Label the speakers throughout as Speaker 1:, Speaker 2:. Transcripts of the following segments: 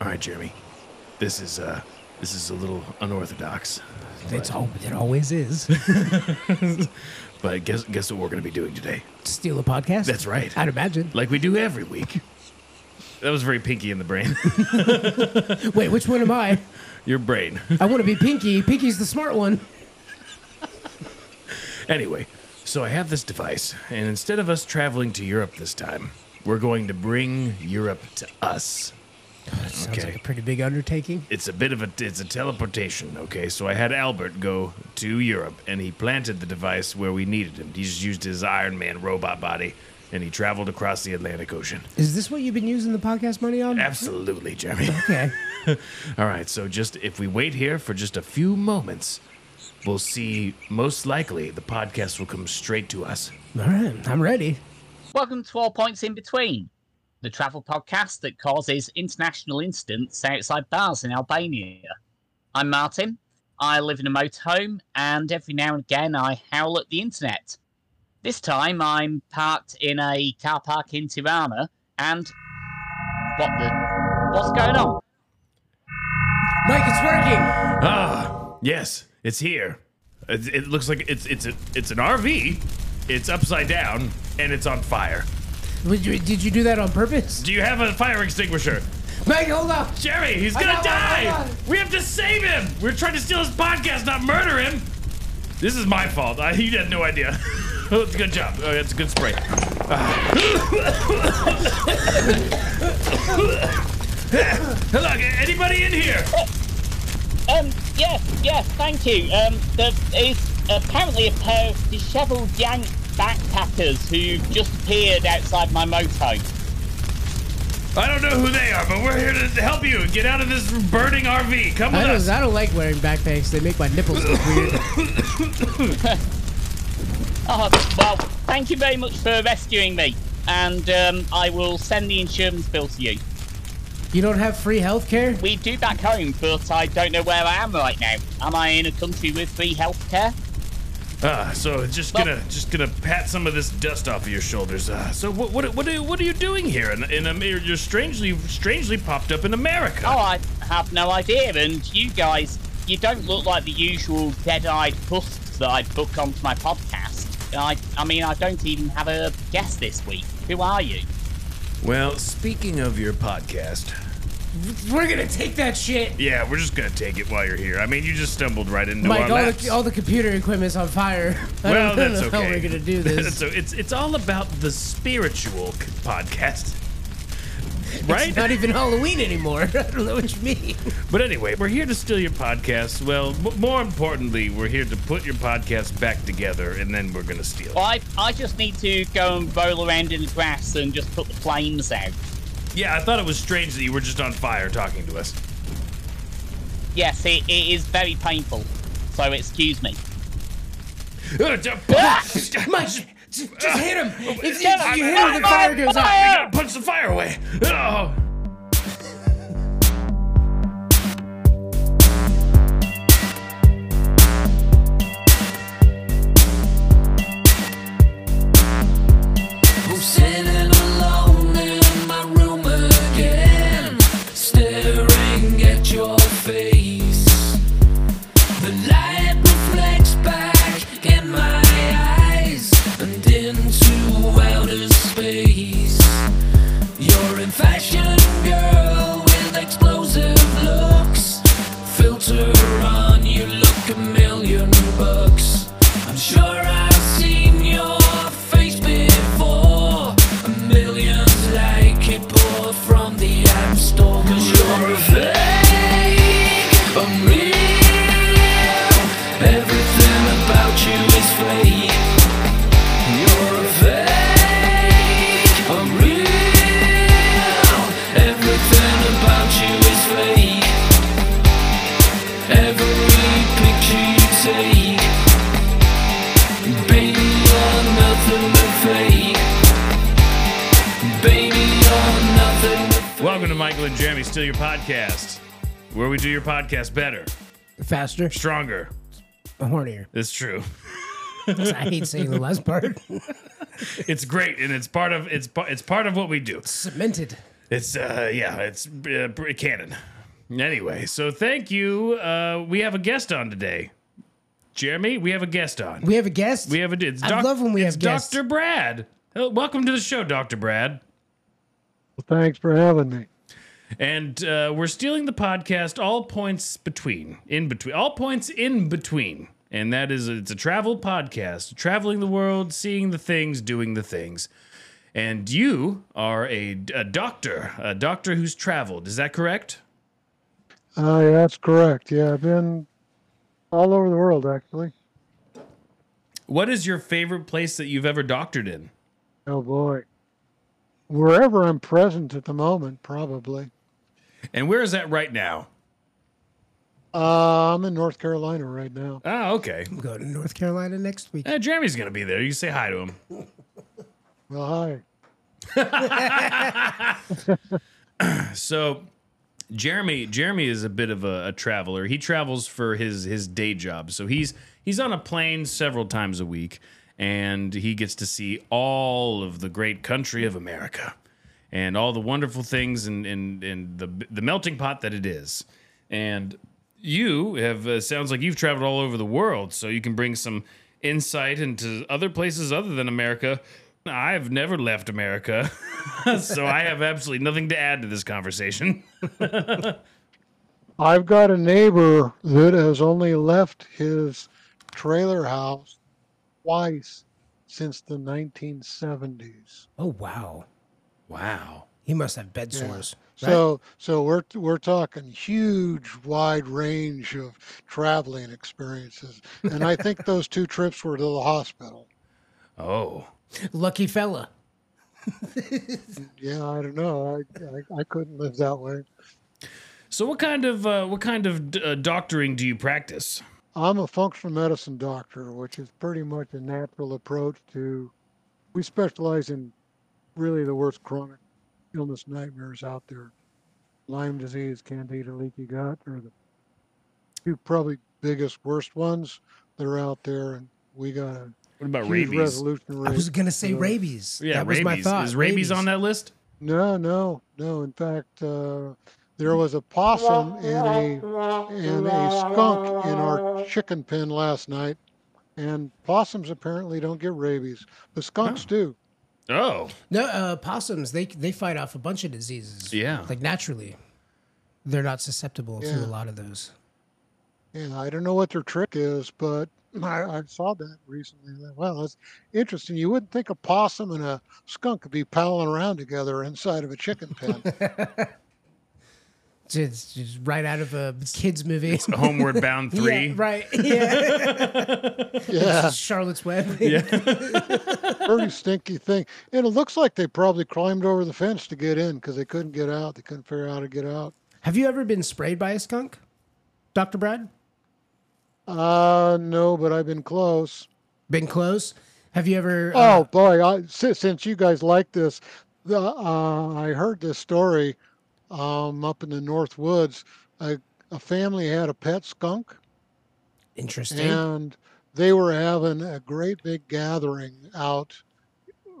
Speaker 1: All right, Jeremy. This is uh, this is a little unorthodox.
Speaker 2: It's all, it always is.
Speaker 1: But guess guess what we're gonna be doing today?
Speaker 2: Steal a podcast?
Speaker 1: That's right.
Speaker 2: I'd imagine.
Speaker 1: Like we do every week. That was very pinky in the brain.
Speaker 2: Wait, which one am I?
Speaker 1: Your brain.
Speaker 2: I want to be Pinky. Pinky's the smart one.
Speaker 1: Anyway, so I have this device, and instead of us traveling to Europe this time, we're going to bring Europe to us.
Speaker 2: Sounds
Speaker 1: Okay.
Speaker 2: like a pretty big undertaking.
Speaker 1: It's a bit of a it's a teleportation, okay? So I had Albert go to Europe and he planted the device where we needed him. He just used his Iron Man robot body and he traveled across the Atlantic Ocean.
Speaker 2: Is this what you've been using the podcast money on?
Speaker 1: Absolutely, Jeremy.
Speaker 2: Okay.
Speaker 1: All right, so just if we wait here for just a few moments, we'll see most likely the podcast will come straight to us.
Speaker 2: All right. I'm ready.
Speaker 3: Welcome to All Points in Between, the travel podcast that causes international incidents outside bars in Albania. I'm Martin. I live in a motorhome, and every now and again I howl at the internet. This time I'm parked in a car park in Tirana, and what the? What's going on?
Speaker 2: Mike, it's working.
Speaker 1: Ah, yes, it's here. It, it looks like it's it's a, it's an RV. It's upside down and it's on fire.
Speaker 2: Would you- Did you do that on purpose?
Speaker 1: Do you have a fire extinguisher?
Speaker 2: Mike, hold on.
Speaker 1: Jerry, he's
Speaker 2: I
Speaker 1: gonna
Speaker 2: got one, I got
Speaker 1: die!
Speaker 2: one.
Speaker 1: We have to save him! We're trying to steal his podcast, not murder him! This is my fault. I, he had no idea. Oh, Good job. Oh, that's a good spray. Ah. Hello, anybody in here?
Speaker 3: Um, yeah, yeah, thank you. Um, there is apparently a pair of dishevelled yank backpackers who've just appeared outside my motorhome.
Speaker 1: I don't know who they are, but we're here to help you get out of this burning RV. Come with
Speaker 2: I
Speaker 1: us.
Speaker 2: don't, I don't like wearing backpacks. They make my nipples look weird.
Speaker 3: Oh, well, thank you very much for rescuing me, and um, I will send the insurance bill to you.
Speaker 2: You don't have free healthcare?
Speaker 3: We do back home, but I don't know where I am right now. Am I in a country with free healthcare?
Speaker 1: Ah, so just
Speaker 3: Well-
Speaker 1: gonna just gonna pat some of this dust off of your shoulders. Uh, so what what what are, what are you doing here? In, in Amer- you're strangely strangely popped up in America.
Speaker 3: Oh, I have no idea, and you guys, you don't look like the usual dead-eyed puss that I book onto my podcast. I, I mean, I don't even have a guest this week. Who are you?
Speaker 1: Well, speaking of your podcast,
Speaker 2: We're gonna take that shit.
Speaker 1: yeah, we're just gonna take it while you're here. I mean, you just stumbled right into
Speaker 2: Mike,
Speaker 1: our
Speaker 2: all
Speaker 1: laps.
Speaker 2: the, all the computer equipment's on fire. I
Speaker 1: well,
Speaker 2: don't know
Speaker 1: that's
Speaker 2: how
Speaker 1: okay.
Speaker 2: we're gonna do this.
Speaker 1: so it's it's all about the spiritual c- podcast, right?
Speaker 2: It's not even Halloween anymore. I don't know what you mean.
Speaker 1: But anyway, we're here to steal your podcast. Well, m- more importantly, we're here to put your podcast back together, and then we're gonna steal. it.
Speaker 3: Well, I, I just need to go and roll around in the grass and just put the flames out.
Speaker 1: Yeah, I thought it was strange that you were just on fire talking to us.
Speaker 3: Yes, it, it is very painful, so excuse me.
Speaker 1: Uh, d-
Speaker 2: Ah!
Speaker 1: punch-
Speaker 2: Mike, j- j- just hit him. If you,
Speaker 3: Get
Speaker 2: if you
Speaker 1: Uh, him.
Speaker 2: hit him, the fire goes out.
Speaker 1: I gotta punch the fire away. Oh.
Speaker 4: I'm sitting alone in my room again, staring at your face. The light reflects back in my eyes and into outer space. You're in fashion, girl, with explosive looks. Filter on, you look a million bucks. I'm sure I've seen your face before. A million's like it pour from the app store. Cause you're a fake, unreal. Everything about you is fake. You're a fake, unreal. Everything about you is fake. Every picture you take, baby, you're nothing but fake. Baby, you're nothing but fake.
Speaker 1: Welcome to Michael and Jeremy Steal Your Podcast, where we do your podcast better,
Speaker 2: Faster,
Speaker 1: stronger.
Speaker 2: hornier.
Speaker 1: It's true.
Speaker 2: I hate saying the last part.
Speaker 1: It's great, and it's part of it's pa- it's part of what we do.
Speaker 2: Cemented.
Speaker 1: It's uh yeah, it's uh, pretty canon. Anyway, so thank you. Uh, we have a guest on today, Jeremy. We have a guest on.
Speaker 2: We have a guest.
Speaker 1: We have a. It's
Speaker 2: I
Speaker 1: doc-
Speaker 2: love when we
Speaker 1: it's
Speaker 2: have guests.
Speaker 1: Doctor Brad. Oh, welcome to the show, Doctor Brad.
Speaker 5: Well, thanks for having me.
Speaker 1: And uh, we're stealing the podcast. All points between, in between, all points in between, and that is it's a travel podcast, traveling the world, seeing the things, doing the things. And you are a, a doctor, a doctor who's traveled. Is that correct?
Speaker 5: Uh, yeah, that's correct. Yeah, I've been all over the world actually.
Speaker 1: What is your favorite place that you've ever doctored in?
Speaker 5: Oh boy, wherever I'm present at the moment, probably.
Speaker 1: And where is that right now?
Speaker 5: Uh, I'm in North Carolina right now.
Speaker 1: Oh, okay.
Speaker 2: We'll go to North Carolina next week.
Speaker 1: Uh, Jeremy's going to be there. You say hi to him.
Speaker 5: Well, hi.
Speaker 1: So, Jeremy Jeremy is a bit of a, a traveler. He travels for his his day job. So he's he's on a plane several times a week, and he gets to see all of the great country of America, and all the wonderful things and and and the the melting pot that it is. And you have uh, sounds like you've traveled all over the world, so you can bring some insight into other places other than America. I've never left America, so I have absolutely nothing to add to this conversation.
Speaker 5: I've got a neighbor that has only left his trailer house twice since the 1970s.
Speaker 2: Oh wow,
Speaker 1: Wow.
Speaker 2: he must have bed sores. right?
Speaker 5: So, so we're we're talking huge, wide range of traveling experiences, and I think those two trips were to the hospital.
Speaker 1: Oh.
Speaker 2: lucky fella.
Speaker 5: Yeah, I don't know. I I, I couldn't live that way.
Speaker 1: So what kind of uh, what kind of d- uh, doctoring do you practice?
Speaker 5: I'm a functional medicine doctor, which is pretty much a natural approach to. We specialize in really the worst chronic illness nightmares out there Lyme disease, candida, leaky gut are the two probably biggest, worst ones that are out there. And we got a
Speaker 1: What about
Speaker 5: huge
Speaker 1: rabies?
Speaker 5: resolution
Speaker 2: I
Speaker 5: rate.
Speaker 2: was gonna say
Speaker 5: for-
Speaker 2: rabies.
Speaker 1: Yeah,
Speaker 2: that was
Speaker 1: rabies.
Speaker 2: my thought.
Speaker 1: Is rabies, on that list?
Speaker 5: No, no, no. In fact, uh, there was a possum and a and a skunk in our chicken pen last night, and possums apparently don't get rabies, but skunks do.
Speaker 1: Oh.
Speaker 2: No, uh, possums they they fight off a bunch of diseases.
Speaker 1: Yeah.
Speaker 2: like naturally, they're not susceptible to
Speaker 5: Yeah.
Speaker 2: a lot of those.
Speaker 5: And I don't know what their trick is, but I, I saw that recently. and I thought, Well, that's interesting. You wouldn't think a possum and a skunk could be palling around together inside of a chicken pen.
Speaker 2: It's just right out of a kids movie.
Speaker 1: Homeward Bound 3.
Speaker 2: Yeah, right. Yeah.
Speaker 5: yeah.
Speaker 2: Charlotte's Web.
Speaker 5: pretty stinky thing. And it looks like they probably climbed over the fence to get in because they couldn't get out. They couldn't figure out how to get out.
Speaker 2: Have you ever been sprayed by a skunk, Doctor Brad?
Speaker 5: Uh, no, but I've been close.
Speaker 2: Been close? Have you ever? uh,
Speaker 5: Oh boy! I, since, since you guys like this, the, uh, I heard this story um, up in the North Woods. A, a family had a pet skunk,
Speaker 2: interesting.
Speaker 5: and they were having a great big gathering out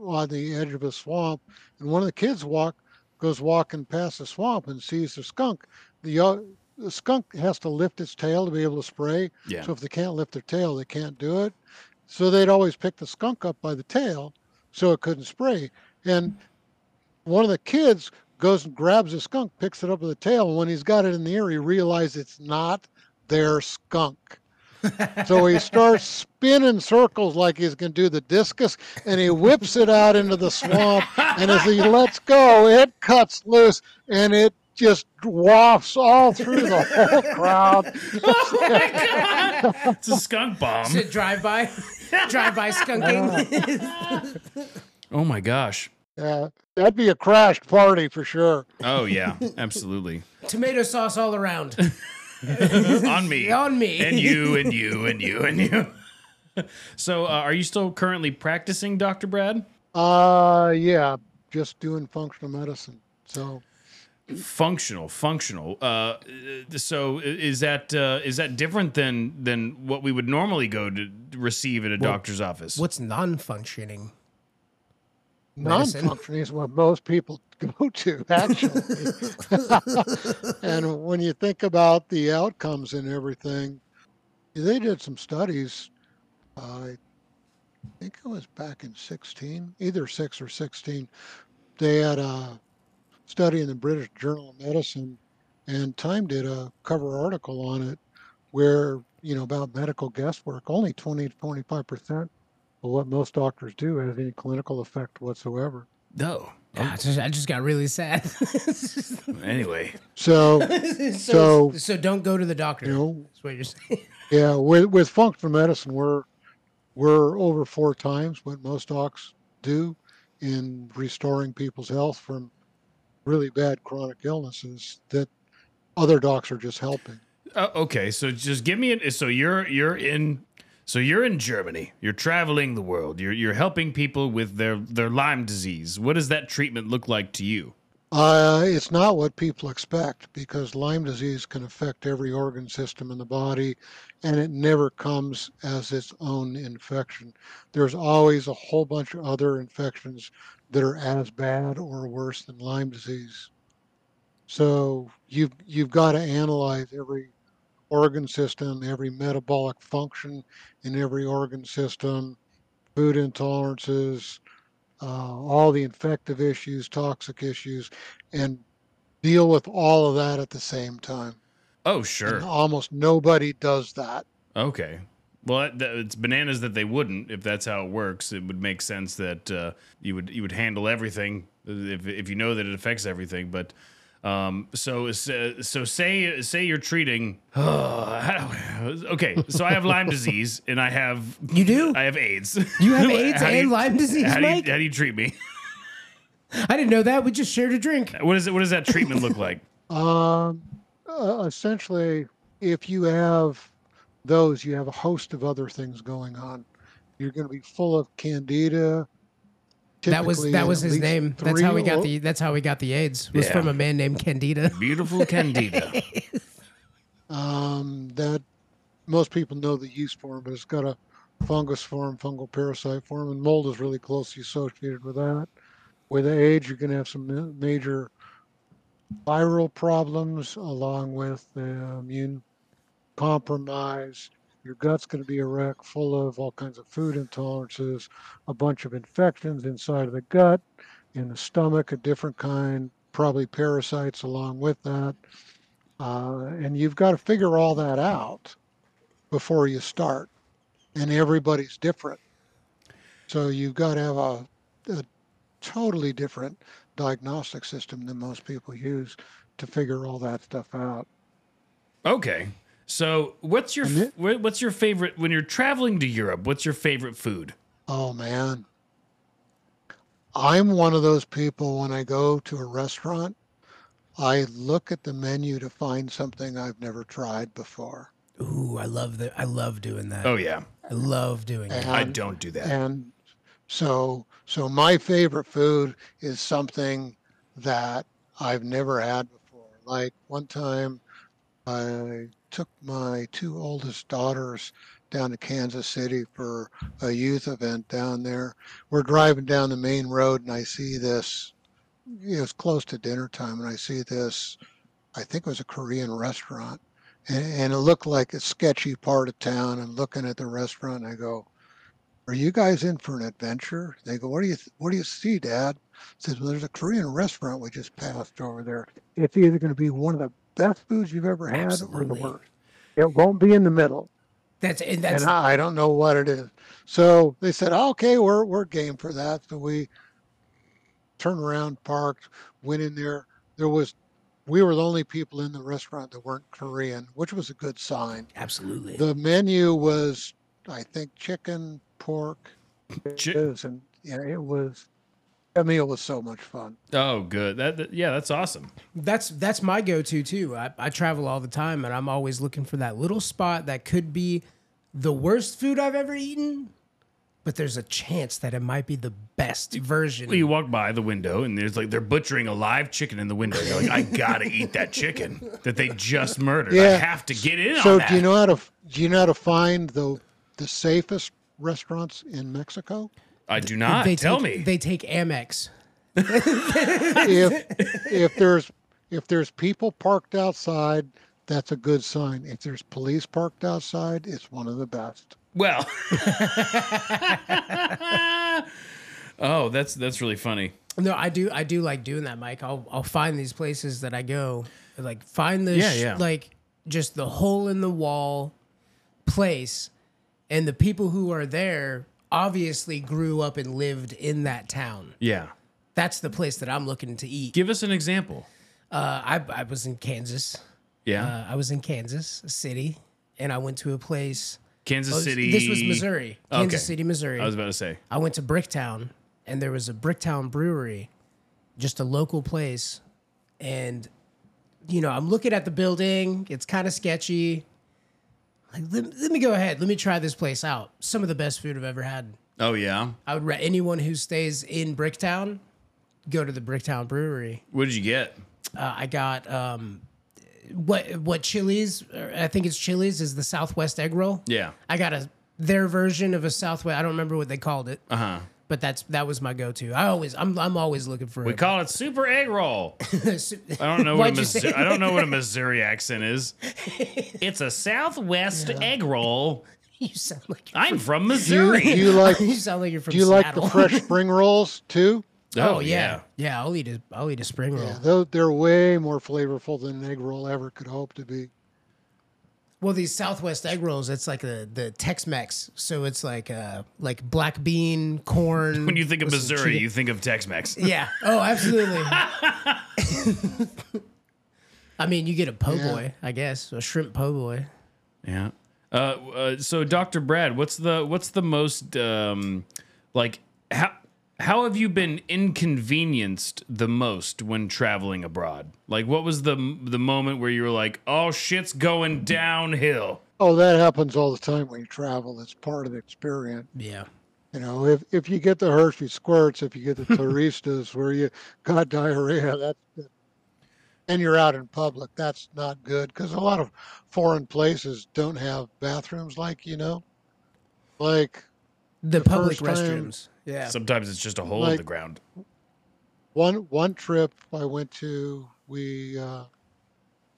Speaker 5: on the edge of a swamp and one of the kids walk goes walking past the swamp and sees the skunk the, uh, the skunk has to lift its tail to be able to spray
Speaker 1: Yeah.
Speaker 5: so if they can't lift their tail they can't do it so they'd always pick the skunk up by the tail so it couldn't spray and one of the kids goes and grabs the skunk picks it up with the tail and when he's got it in the air he realizes it's not their skunk so he starts spinning circles like he's going to do the discus, and he whips it out into the swamp. And as he lets go, it cuts loose and it just wafts all through the whole crowd.
Speaker 1: It's a skunk bomb.
Speaker 2: Is it drive by? drive by skunking?
Speaker 1: Oh my gosh.
Speaker 5: Yeah, that'd be a crashed party for sure.
Speaker 1: Oh yeah, absolutely.
Speaker 2: Tomato sauce all around.
Speaker 1: On me.
Speaker 2: On me.
Speaker 1: And you and you and you and you. So, uh, are you still currently practicing, Dr. Brad?
Speaker 5: Uh, yeah, just doing functional medicine. So
Speaker 1: Functional, functional. Uh, uh, so, i- is that uh, is that different than than what we would normally go to receive at a doctor's office?
Speaker 2: What's non-functioning? Medicine.
Speaker 5: non-functioning is what most people go to actually and when you think about the outcomes and everything they did some studies uh, i think it was back in 16 either 6 or 16 they had a study in the british journal of medicine and time did a cover article on it where you know about medical guesswork only 20 to 25 percent of what most doctors do has any clinical effect whatsoever
Speaker 1: No.
Speaker 2: Yeah, I, just, I just got really sad. It's just-
Speaker 1: Anyway,
Speaker 5: So
Speaker 2: it's so,
Speaker 5: So-
Speaker 2: so don't go to the doctor.
Speaker 5: you know,
Speaker 2: That's what you're saying.
Speaker 5: yeah, with with functional medicine, we're we're over four times what most docs do in restoring people's health from really bad chronic illnesses that other docs are just helping.
Speaker 1: uh, okay. So just give me an. So you're you're in. So you're in Germany. You're traveling the world. You're you're helping people with their their Lyme disease. What does that treatment look like to you?
Speaker 5: Uh, it's not what people expect because Lyme disease can affect every organ system in the body and it never comes as its own infection. There's always a whole bunch of other infections that are as bad or worse than Lyme disease. So you've you've got to analyze every organ system, every metabolic function in every organ system, food intolerances, uh, all the infective issues, toxic issues, and deal with all of that at the same time.
Speaker 1: Oh
Speaker 5: And
Speaker 1: sure.
Speaker 5: almost nobody does that.
Speaker 1: Okay. Well, that- that- it's bananas that they wouldn't. If that's how it works, it would make sense that uh, you would you would handle everything if if you know that it affects everything. But um, so so so say say you're treating. okay, so I have Lyme disease and I have
Speaker 2: You do?
Speaker 1: I have AIDS.
Speaker 2: You have
Speaker 1: How
Speaker 2: AIDS
Speaker 1: do you-
Speaker 2: and Lyme disease,
Speaker 1: How do, you,
Speaker 2: Mike?
Speaker 1: how do you treat me?
Speaker 2: I didn't know that. We just shared a drink.
Speaker 1: What is it? What does that treatment look like?
Speaker 5: Um, uh, essentially, if you have those, you have a host of other things going on. You're going to be full of candida.
Speaker 2: That was
Speaker 5: typically
Speaker 2: that
Speaker 5: in
Speaker 2: was
Speaker 5: at
Speaker 2: his
Speaker 5: least
Speaker 2: name. That's how we
Speaker 5: three
Speaker 2: got
Speaker 5: o-
Speaker 2: the that's how we got the AIDS. Was
Speaker 1: Yeah.
Speaker 2: from a man named Candida.
Speaker 1: Beautiful candida.
Speaker 5: um, that most people know the yeast form, but it's got a fungus form, fungal parasite form, and mold is really closely associated with that. With age, you're going to have some ma- major viral problems along with the immune compromise. Your gut's going to be a wreck, full of all kinds of food intolerances, a bunch of infections inside of the gut, in the stomach, a different kind, probably parasites along with that. Uh, and you've got to figure all that out before you start. And everybody's different. So you've got to have a, a totally different diagnostic system than most people use to figure all that stuff out.
Speaker 1: Okay. So what's your f- what's your favorite when you're traveling to Europe? What's your favorite food?
Speaker 5: Oh, man. I'm one of those people when I go to a restaurant, I look at the menu to find something I've never tried before.
Speaker 2: Ooh, I love that. I love doing that.
Speaker 1: Oh yeah.
Speaker 2: I love doing it.
Speaker 1: I
Speaker 5: And-
Speaker 1: don't do that.
Speaker 5: and so so my favorite food is something that I've never had before. Like one time, I took my two oldest daughters down to Kansas City for a youth event down there. We're driving down the main road, and I see this. It was close to dinner time, and I see this. I think it was a Korean restaurant, and, and it looked like a sketchy part of town. And looking at the restaurant, and I go, are you guys in for an adventure? They go, what do you th- what do you see, Dad? says, well, there's a Korean restaurant we just passed over there. It's either going to be one of the best foods you've ever had or the
Speaker 2: Absolutely.
Speaker 5: worst. It won't be in the middle,
Speaker 2: That's and that's
Speaker 5: and I, I don't know what it is. So they said, "Oh, okay, we're we're game for that. So we turned around, parked, went in there. There was we were the only people in the restaurant that weren't Korean, which was a good sign.
Speaker 2: absolutely.
Speaker 5: The menu was, I think, chicken, pork,
Speaker 1: Chi-
Speaker 5: is, and yeah, it was. That meal was so much fun.
Speaker 1: oh, good. That, that- yeah, that's awesome.
Speaker 2: That's that's my go-to too. I, I travel all the time, and I'm always looking for that little spot that could be the worst food I've ever eaten, but there's a chance that it might be the best version.
Speaker 1: Well, you walk by the window and there's like they're butchering a live chicken in the window. You're like, I gotta eat that chicken that they just murdered. I
Speaker 5: Yeah.
Speaker 1: have to get in on
Speaker 5: So,
Speaker 1: that.
Speaker 5: do you know how to f- do you know how to find the the safest restaurants in Mexico?
Speaker 1: I do not.
Speaker 2: They
Speaker 1: Tell
Speaker 2: take,
Speaker 1: me.
Speaker 2: They take Amex.
Speaker 5: if if there's if there's people parked outside, that's a good sign. If there's police parked outside, it's one of the best.
Speaker 1: well. oh, that's that's really funny.
Speaker 2: No, I do. I do like doing that, Mike. I'll I'll find these places that I go, like find this,
Speaker 1: Yeah, yeah.
Speaker 2: like just the hole in the wall place, and the people who are there obviously grew up and lived in that town.
Speaker 1: Yeah.
Speaker 2: That's the place that I'm looking to eat.
Speaker 1: Give us an example.
Speaker 2: Uh, I I was in Kansas.
Speaker 1: Yeah.
Speaker 2: Uh, I was in Kansas City, and I went to a place.
Speaker 1: Kansas City.
Speaker 2: oh, This was Missouri, Kansas
Speaker 1: Okay.
Speaker 2: City, Missouri.
Speaker 1: I was about to say.
Speaker 2: I went to Bricktown and there was a Bricktown brewery, just a local place. And, you know, I'm looking at the building, it's kind of sketchy. Like, let, let me go ahead, let me try this place out. Some of the best food I've ever had.
Speaker 1: Oh yeah.
Speaker 2: I would re- anyone who stays in Bricktown go to the Bricktown brewery.
Speaker 1: What did you get?
Speaker 2: Uh, I got um, what what Chili's, or I think it's Chili's, is the Southwest egg roll.
Speaker 1: Yeah.
Speaker 2: I got a their version of a Southwest. I don't remember what they called it
Speaker 1: Uh huh.
Speaker 2: but that's that was my go-to. I always I'm I'm always looking for.
Speaker 1: We call it super egg roll. I don't know what a
Speaker 2: Why'd you say
Speaker 1: Missouri, I don't know what a Missouri accent is. It's a Southwest egg roll.
Speaker 2: you sound like you're
Speaker 1: I'm from
Speaker 5: Do you, do
Speaker 1: Missouri.
Speaker 5: you like
Speaker 2: you
Speaker 5: do
Speaker 2: sound like you're from.
Speaker 5: you like the
Speaker 2: Seattle.
Speaker 5: fresh spring rolls too?
Speaker 2: Oh, yeah. yeah, I'll eat a I'll eat a spring roll.
Speaker 5: Yeah, though they're way more flavorful than an egg roll ever could hope to be.
Speaker 2: Well, these Southwest egg rolls, it's like the the Tex-Mex, so it's like uh like black bean corn.
Speaker 1: When you think of
Speaker 2: with some
Speaker 1: Missouri,
Speaker 2: cheetah-
Speaker 1: you think of Tex-Mex.
Speaker 2: yeah. Oh, absolutely. I mean, you get a po'
Speaker 5: Yeah.
Speaker 2: boy, I guess, a shrimp po' boy.
Speaker 1: Yeah. Uh, uh, so, Doctor Brad, what's the what's the most um, like how how have you been inconvenienced the most when traveling abroad? Like, what was the the moment where you were like, "Oh, shit's going downhill"?
Speaker 5: Oh, that happens all the time when you travel. It's part of the experience.
Speaker 2: Yeah.
Speaker 5: You know, if, if you get the Hershey squirts, if you get the Turistas where you got diarrhea, that's good. and you're out in public, that's not good because a lot of foreign places don't have bathrooms like you know, like
Speaker 2: The, public
Speaker 5: first time-
Speaker 2: restrooms. Yeah.
Speaker 1: Sometimes it's just a hole in
Speaker 5: Like-
Speaker 1: the ground.
Speaker 5: one one trip I went to, we uh,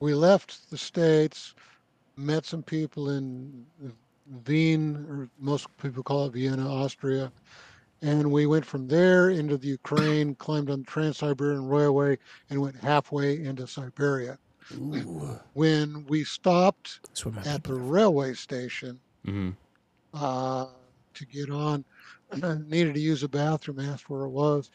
Speaker 5: we left the states, met some people in Wien, or most people call it Vienna, Austria, and we went from there into the Ukraine, climbed on the Trans-Siberian Railway, and went halfway into Siberia.
Speaker 2: Ooh,
Speaker 5: When we stopped
Speaker 2: that's where my
Speaker 5: at the railway station
Speaker 1: hmm
Speaker 5: uh, to get on, needed to use a bathroom, asked where it was.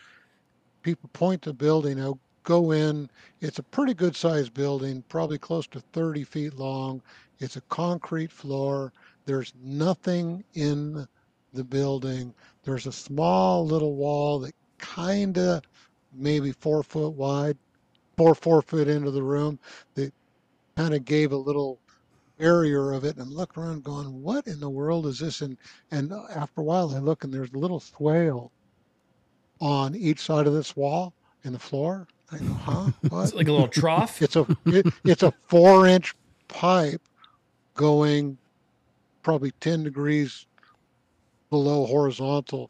Speaker 5: People point to the building, I go in. It's a pretty good sized building, probably close to 30 feet long. It's a concrete floor. There's nothing in the building. There's a small little wall that kind of maybe four foot wide, four, four foot into the room that kind of gave a little barrier of it and look around going, what in the world is this? And, and after a while I look and there's a little swale on each side of this wall and the floor. I go, huh? What?
Speaker 1: It's like a little trough.
Speaker 5: It's a it, it's a four inch pipe going probably ten degrees below horizontal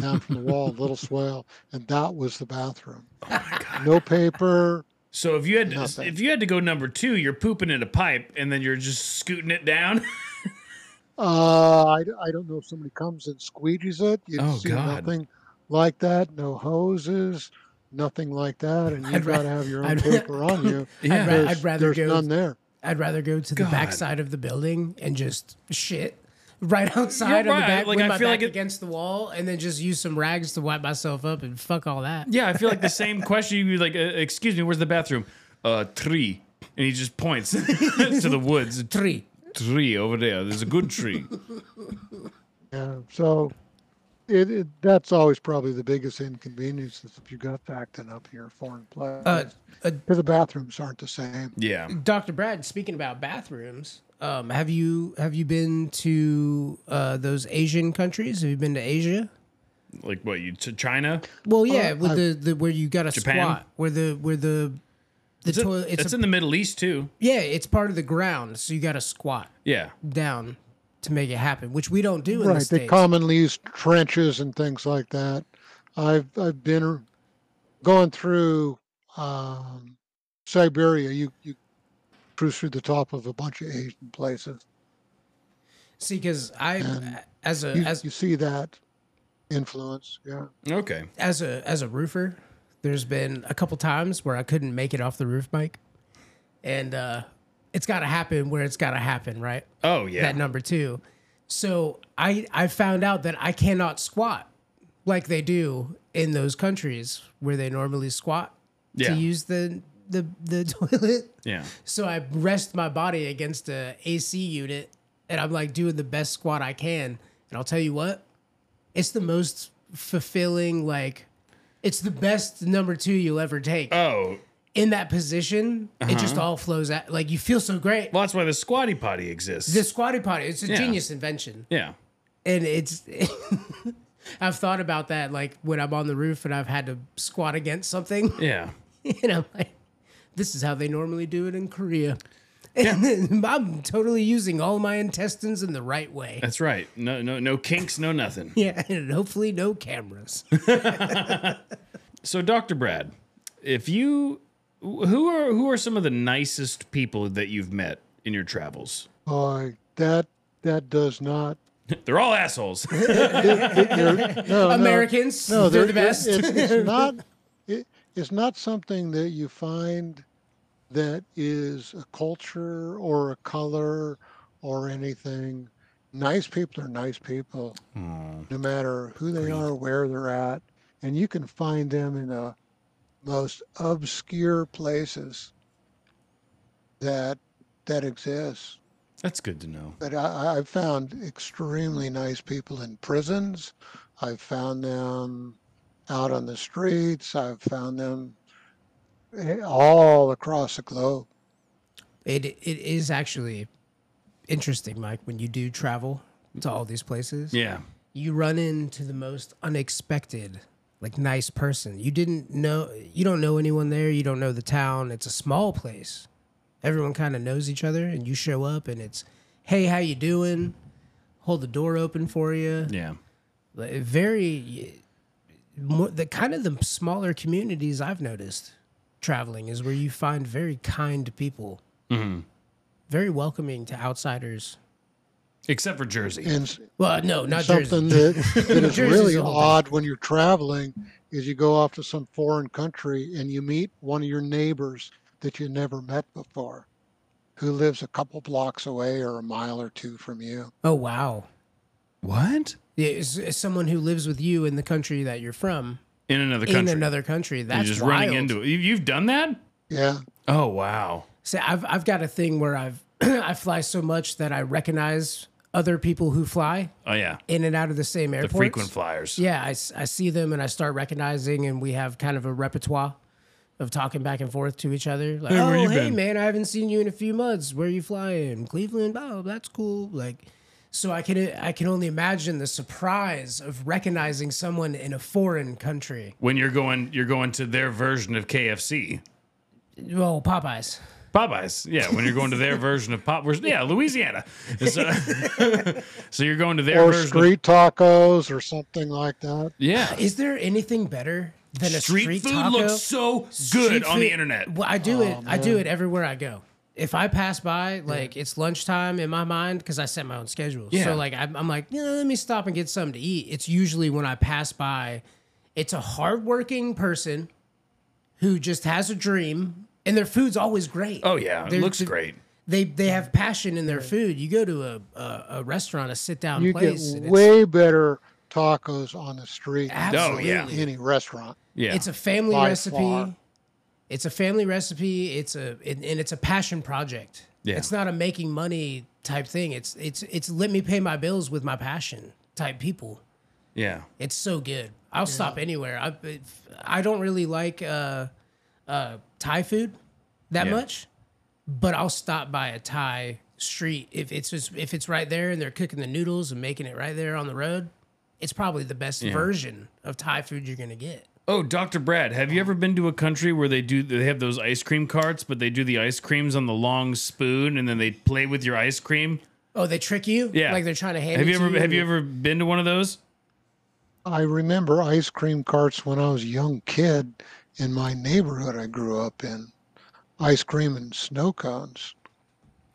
Speaker 5: down from the wall, little swale, and that was the bathroom.
Speaker 1: Oh
Speaker 5: No paper.
Speaker 1: So if you had to,
Speaker 5: Nothing.
Speaker 1: if you had to go number two, you're pooping in a pipe and then you're just scooting it down.
Speaker 5: Uh, I, d- I don't know if somebody comes and squeegees it. You
Speaker 1: Oh,
Speaker 5: see
Speaker 1: God.
Speaker 5: nothing like that. No hoses. Nothing like that. And
Speaker 2: I'd
Speaker 5: you've
Speaker 2: ra-
Speaker 5: got to have your own
Speaker 2: I'd ra-
Speaker 5: paper on you.
Speaker 2: I'd, ra-
Speaker 5: There's,
Speaker 2: I'd rather
Speaker 5: there's
Speaker 2: go.
Speaker 5: none there.
Speaker 2: I'd rather go to
Speaker 1: God.
Speaker 2: the backside of the building and just shit right outside
Speaker 1: You're
Speaker 2: on
Speaker 1: right.
Speaker 2: the back,
Speaker 1: Like,
Speaker 2: with
Speaker 1: I
Speaker 2: my
Speaker 1: feel
Speaker 2: back
Speaker 1: like it-
Speaker 2: against the wall, and then just use some rags to wipe myself up and fuck all that.
Speaker 1: Yeah, I feel like the same question. You'd be like, uh, "Excuse me, where's the bathroom?" Uh, tree, and he just points to the woods.
Speaker 2: Three.
Speaker 1: Tree over there. There's a good tree.
Speaker 5: Yeah, so it, it that's always probably the biggest inconvenience is if you got vaccinated up here, foreign place,
Speaker 2: Uh, uh,
Speaker 5: because the bathrooms aren't the same.
Speaker 1: Yeah.
Speaker 2: Dr. Brad, speaking about bathrooms, um, have you have you been to uh, those Asian countries? Have you been to Asia?
Speaker 1: Like what? You to China?
Speaker 2: Well, yeah, uh, with
Speaker 5: I-
Speaker 2: the, the where you got a
Speaker 1: Japan?
Speaker 2: squat, where the where the the
Speaker 1: It's,
Speaker 2: toilet. It's a,
Speaker 1: in the Middle East too.
Speaker 2: yeah, it's part of the ground, so you got to squat
Speaker 1: Yeah.
Speaker 2: down to make it happen, which we don't do in
Speaker 5: right.
Speaker 2: the
Speaker 5: They
Speaker 2: states.
Speaker 5: commonly use trenches and things like that. I've I've been r- going through um, Siberia. You you cruise through the top of a bunch of Asian places.
Speaker 2: See, because I,
Speaker 5: And
Speaker 2: as a
Speaker 5: Um, You,
Speaker 2: as
Speaker 5: you see that influence. Yeah.
Speaker 1: Okay.
Speaker 2: as a as a roofer, there's been a couple times where I couldn't make it off the roof, Mike, and uh, it's got to happen where it's got to happen, right?
Speaker 1: Oh yeah.
Speaker 2: That number two. So I I found out that I cannot squat like they do in those countries where they normally squat
Speaker 1: Yeah.
Speaker 2: to use the the the toilet.
Speaker 1: yeah.
Speaker 2: So I rest my body against a AC unit and I'm like doing the best squat I can. And I'll tell you what, it's the most fulfilling, like it's the best number two you'll ever take.
Speaker 1: Oh,
Speaker 2: In that position, it just all flows out. Like you feel so great.
Speaker 1: Uh-huh. well, that's why the squatty potty exists.
Speaker 2: The squatty potty, it's a
Speaker 1: Yeah.
Speaker 2: genius invention.
Speaker 1: yeah.
Speaker 2: And it's I've thought about that like when I'm on the roof and I've had to squat against something.
Speaker 1: Yeah.
Speaker 2: And I'm like, this is how they normally do it in Korea. And I'm totally using all my intestines in the right way.
Speaker 1: That's right. No, no, no kinks, no nothing.
Speaker 2: Yeah, and hopefully no cameras.
Speaker 1: So, Doctor Brad, if you, who are who are some of the nicest people that you've met in your travels?
Speaker 5: Boy, that that does not.
Speaker 1: They're all assholes.
Speaker 5: No, no.
Speaker 2: Americans,
Speaker 5: no,
Speaker 2: they're, the
Speaker 5: there- there-
Speaker 2: best.
Speaker 5: It's, it's not. It, it's not something that you find that is a culture or a color or anything. Nice people are nice people, no matter who they are, where they're at, and you can find them in the most obscure places that that exist.
Speaker 1: That's good to know.
Speaker 5: But I, I- I've found extremely nice people in prisons. I've found them out on the streets. I've found them eh, all across the globe.
Speaker 2: It it is actually interesting, Mike, when you do travel to all these places.
Speaker 1: Yeah.
Speaker 2: You run into the most unexpected, like nice person. You didn't know you don't know anyone there, you don't know the town. It's a small place. Everyone kind of knows each other and you show up and it's, "Hey, how you doing?" Hold the door open for you.
Speaker 1: Yeah.
Speaker 2: Like, Very more the kind of the smaller communities I've noticed traveling is where you find very kind people. Very welcoming to outsiders.
Speaker 1: Except for Jersey.
Speaker 5: And s-
Speaker 2: Well, no, not
Speaker 5: something
Speaker 2: Jersey.
Speaker 5: that, that is
Speaker 2: Jersey's
Speaker 5: really
Speaker 2: a whole
Speaker 5: odd when you're traveling is you go off to some foreign country and you meet one of your neighbors that you never met before, who lives a couple blocks away or a mile or two from you.
Speaker 2: Oh wow.
Speaker 1: What?
Speaker 2: Yeah, it's, it's someone who lives with you in the country that you're from
Speaker 1: In another country.
Speaker 2: in another country.
Speaker 1: You're
Speaker 2: That's
Speaker 1: just
Speaker 2: wild.
Speaker 1: running into it. You- You've done that?
Speaker 5: Yeah.
Speaker 1: Oh wow.
Speaker 2: See, I've I've got a thing where I've I fly so much that I recognize other people who fly
Speaker 1: Oh yeah.
Speaker 2: in and out of the same
Speaker 1: The
Speaker 2: airport.
Speaker 1: frequent flyers.
Speaker 2: Yeah, I, s- I see them and I start recognizing, and we have kind of a repertoire of talking back and forth to each other. Like,
Speaker 1: Hey, where
Speaker 2: oh,
Speaker 1: you
Speaker 2: hey,
Speaker 1: been?"
Speaker 2: man, I haven't seen you in a few months. Where you flying? Cleveland? Oh, that's cool. Like, so I can I can only imagine the surprise of recognizing someone in a foreign country.
Speaker 1: When you're going, you're going to their version of KFC.
Speaker 2: Well, Popeyes.
Speaker 1: Popeyes, yeah. When you're going to their version of pop, where's- yeah, Louisiana. So, so you're going to their
Speaker 5: Or
Speaker 1: version. Of,
Speaker 5: street tacos or something like that.
Speaker 1: yeah,
Speaker 2: Is there anything better than a
Speaker 1: street,
Speaker 2: street,
Speaker 1: food
Speaker 2: taco?
Speaker 1: looks so good
Speaker 2: Street
Speaker 1: on the
Speaker 2: food-
Speaker 1: internet.
Speaker 2: Well, I
Speaker 5: Oh,
Speaker 2: do it. I do it everywhere I go. If I pass by, like it's lunchtime in my mind because I set my own schedule.
Speaker 1: Yeah.
Speaker 2: So like I'm, I'm like, you know, let me stop and get something to eat. It's usually when I pass by, it's a hardworking person who just has a dream, and their food's always great.
Speaker 1: Oh yeah, it
Speaker 2: They're-
Speaker 1: looks
Speaker 2: they're-
Speaker 1: great.
Speaker 2: They they have passion in their food. You go to a a, a restaurant, a sit down
Speaker 5: You get
Speaker 2: place, and it's
Speaker 5: way better tacos on the street
Speaker 1: Oh, yeah.
Speaker 5: than any restaurant.
Speaker 1: Yeah,
Speaker 2: It's a family
Speaker 5: By
Speaker 2: recipe.
Speaker 5: far.
Speaker 2: It's a family recipe. It's a and and it's a passion project.
Speaker 1: Yeah.
Speaker 2: It's not a making money type thing. It's it's it's let me pay my bills with my passion type people.
Speaker 1: yeah.
Speaker 2: It's so good. I'll stop anywhere. I if- I don't really like uh, uh, Thai food that
Speaker 1: Yeah.
Speaker 2: much, but I'll stop by a Thai street if it's just, if it's right there and they're cooking the noodles and making it right there on the road. It's probably the best version of Thai food you're gonna get.
Speaker 1: Oh, Doctor Brad, have you ever been to a country where they do they have those ice cream carts, but they do the ice creams on the long spoon, and then they play with your ice cream?
Speaker 2: Oh, they trick you?
Speaker 1: Yeah.
Speaker 2: Like they're trying to hand
Speaker 1: Have
Speaker 2: it
Speaker 1: you
Speaker 2: to
Speaker 1: ever have you ever been to one of those?
Speaker 5: I remember ice cream carts when I was a young kid in my neighborhood I grew up in. Ice cream and snow cones.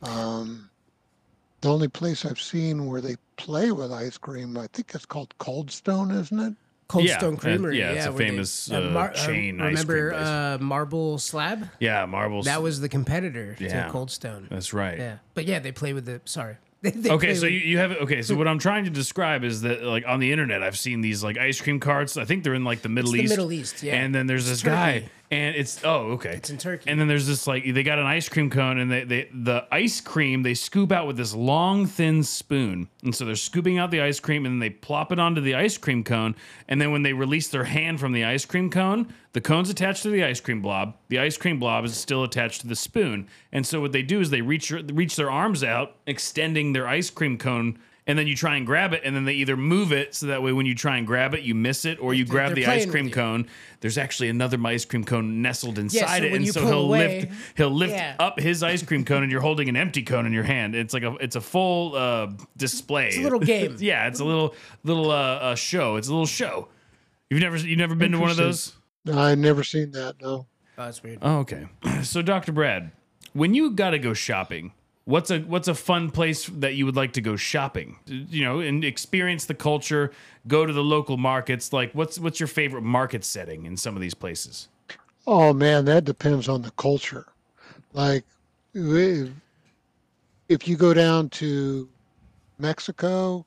Speaker 5: Um, the only place I've seen where they play with ice cream, I think it's called Cold Stone, isn't it?
Speaker 2: Cold
Speaker 1: Yeah,
Speaker 2: Stone
Speaker 1: and-
Speaker 2: Creamery.
Speaker 1: yeah, it's a
Speaker 2: where they-
Speaker 1: famous,
Speaker 2: uh,
Speaker 1: uh, chain ice
Speaker 2: Remember
Speaker 1: cream place.
Speaker 2: uh, Marble Slab?
Speaker 1: Yeah, marbles.
Speaker 2: That was the competitor
Speaker 1: Yeah.
Speaker 2: to Cold Stone.
Speaker 1: That's right.
Speaker 2: Yeah, but yeah, they play with the. Sorry. They- they
Speaker 1: Okay,
Speaker 2: play
Speaker 1: so
Speaker 2: with-
Speaker 1: you, you have okay. So what I'm trying to describe is that like on the internet, I've seen these like ice cream carts. I think they're in like the Middle
Speaker 2: the
Speaker 1: East.
Speaker 2: Middle East, yeah.
Speaker 1: And then there's this guy,
Speaker 2: Turkey.
Speaker 1: and it's oh okay. It's
Speaker 2: in Turkey.
Speaker 1: And then there's this like they got an ice cream cone, and they, they the ice cream they scoop out with this long thin spoon, and so they're scooping out the ice cream, and then they plop it onto the ice cream cone, and then when they release their hand from the ice cream cone, the cone's attached to the ice cream blob. The ice cream blob is still attached to the spoon, and so what they do is they reach reach their arms out, extending their ice cream cone. And then you try and grab it, and then they either move it so that way when you try and grab it, you miss it, or you
Speaker 2: They're-
Speaker 1: grab the
Speaker 2: they're
Speaker 1: ice
Speaker 2: playing with
Speaker 1: cream
Speaker 2: you.
Speaker 1: cone cone. There's actually another ice cream cone nestled inside it,
Speaker 2: when
Speaker 1: and
Speaker 2: you
Speaker 1: so
Speaker 2: pull
Speaker 1: he'll
Speaker 2: away-
Speaker 1: lift he'll lift
Speaker 2: Yeah.
Speaker 1: up his ice cream cone, and you're holding an empty cone in your hand. It's like a it's a full uh, display. It's
Speaker 2: a little game.
Speaker 1: yeah, it's a little little uh, uh, show. It's a little show. You've never you've never been to one of those.
Speaker 5: Interesting. I've never seen that, no.
Speaker 2: Oh, that's weird.
Speaker 1: Oh, okay. so, Doctor Brad, when you got to go shopping. What's a what's a fun place that you would like to go shopping? You know, and experience the culture, go to the local markets. Like, what's what's your favorite market setting in some of these places?
Speaker 5: Oh man, that depends on the culture. Like, we- if you go down to Mexico,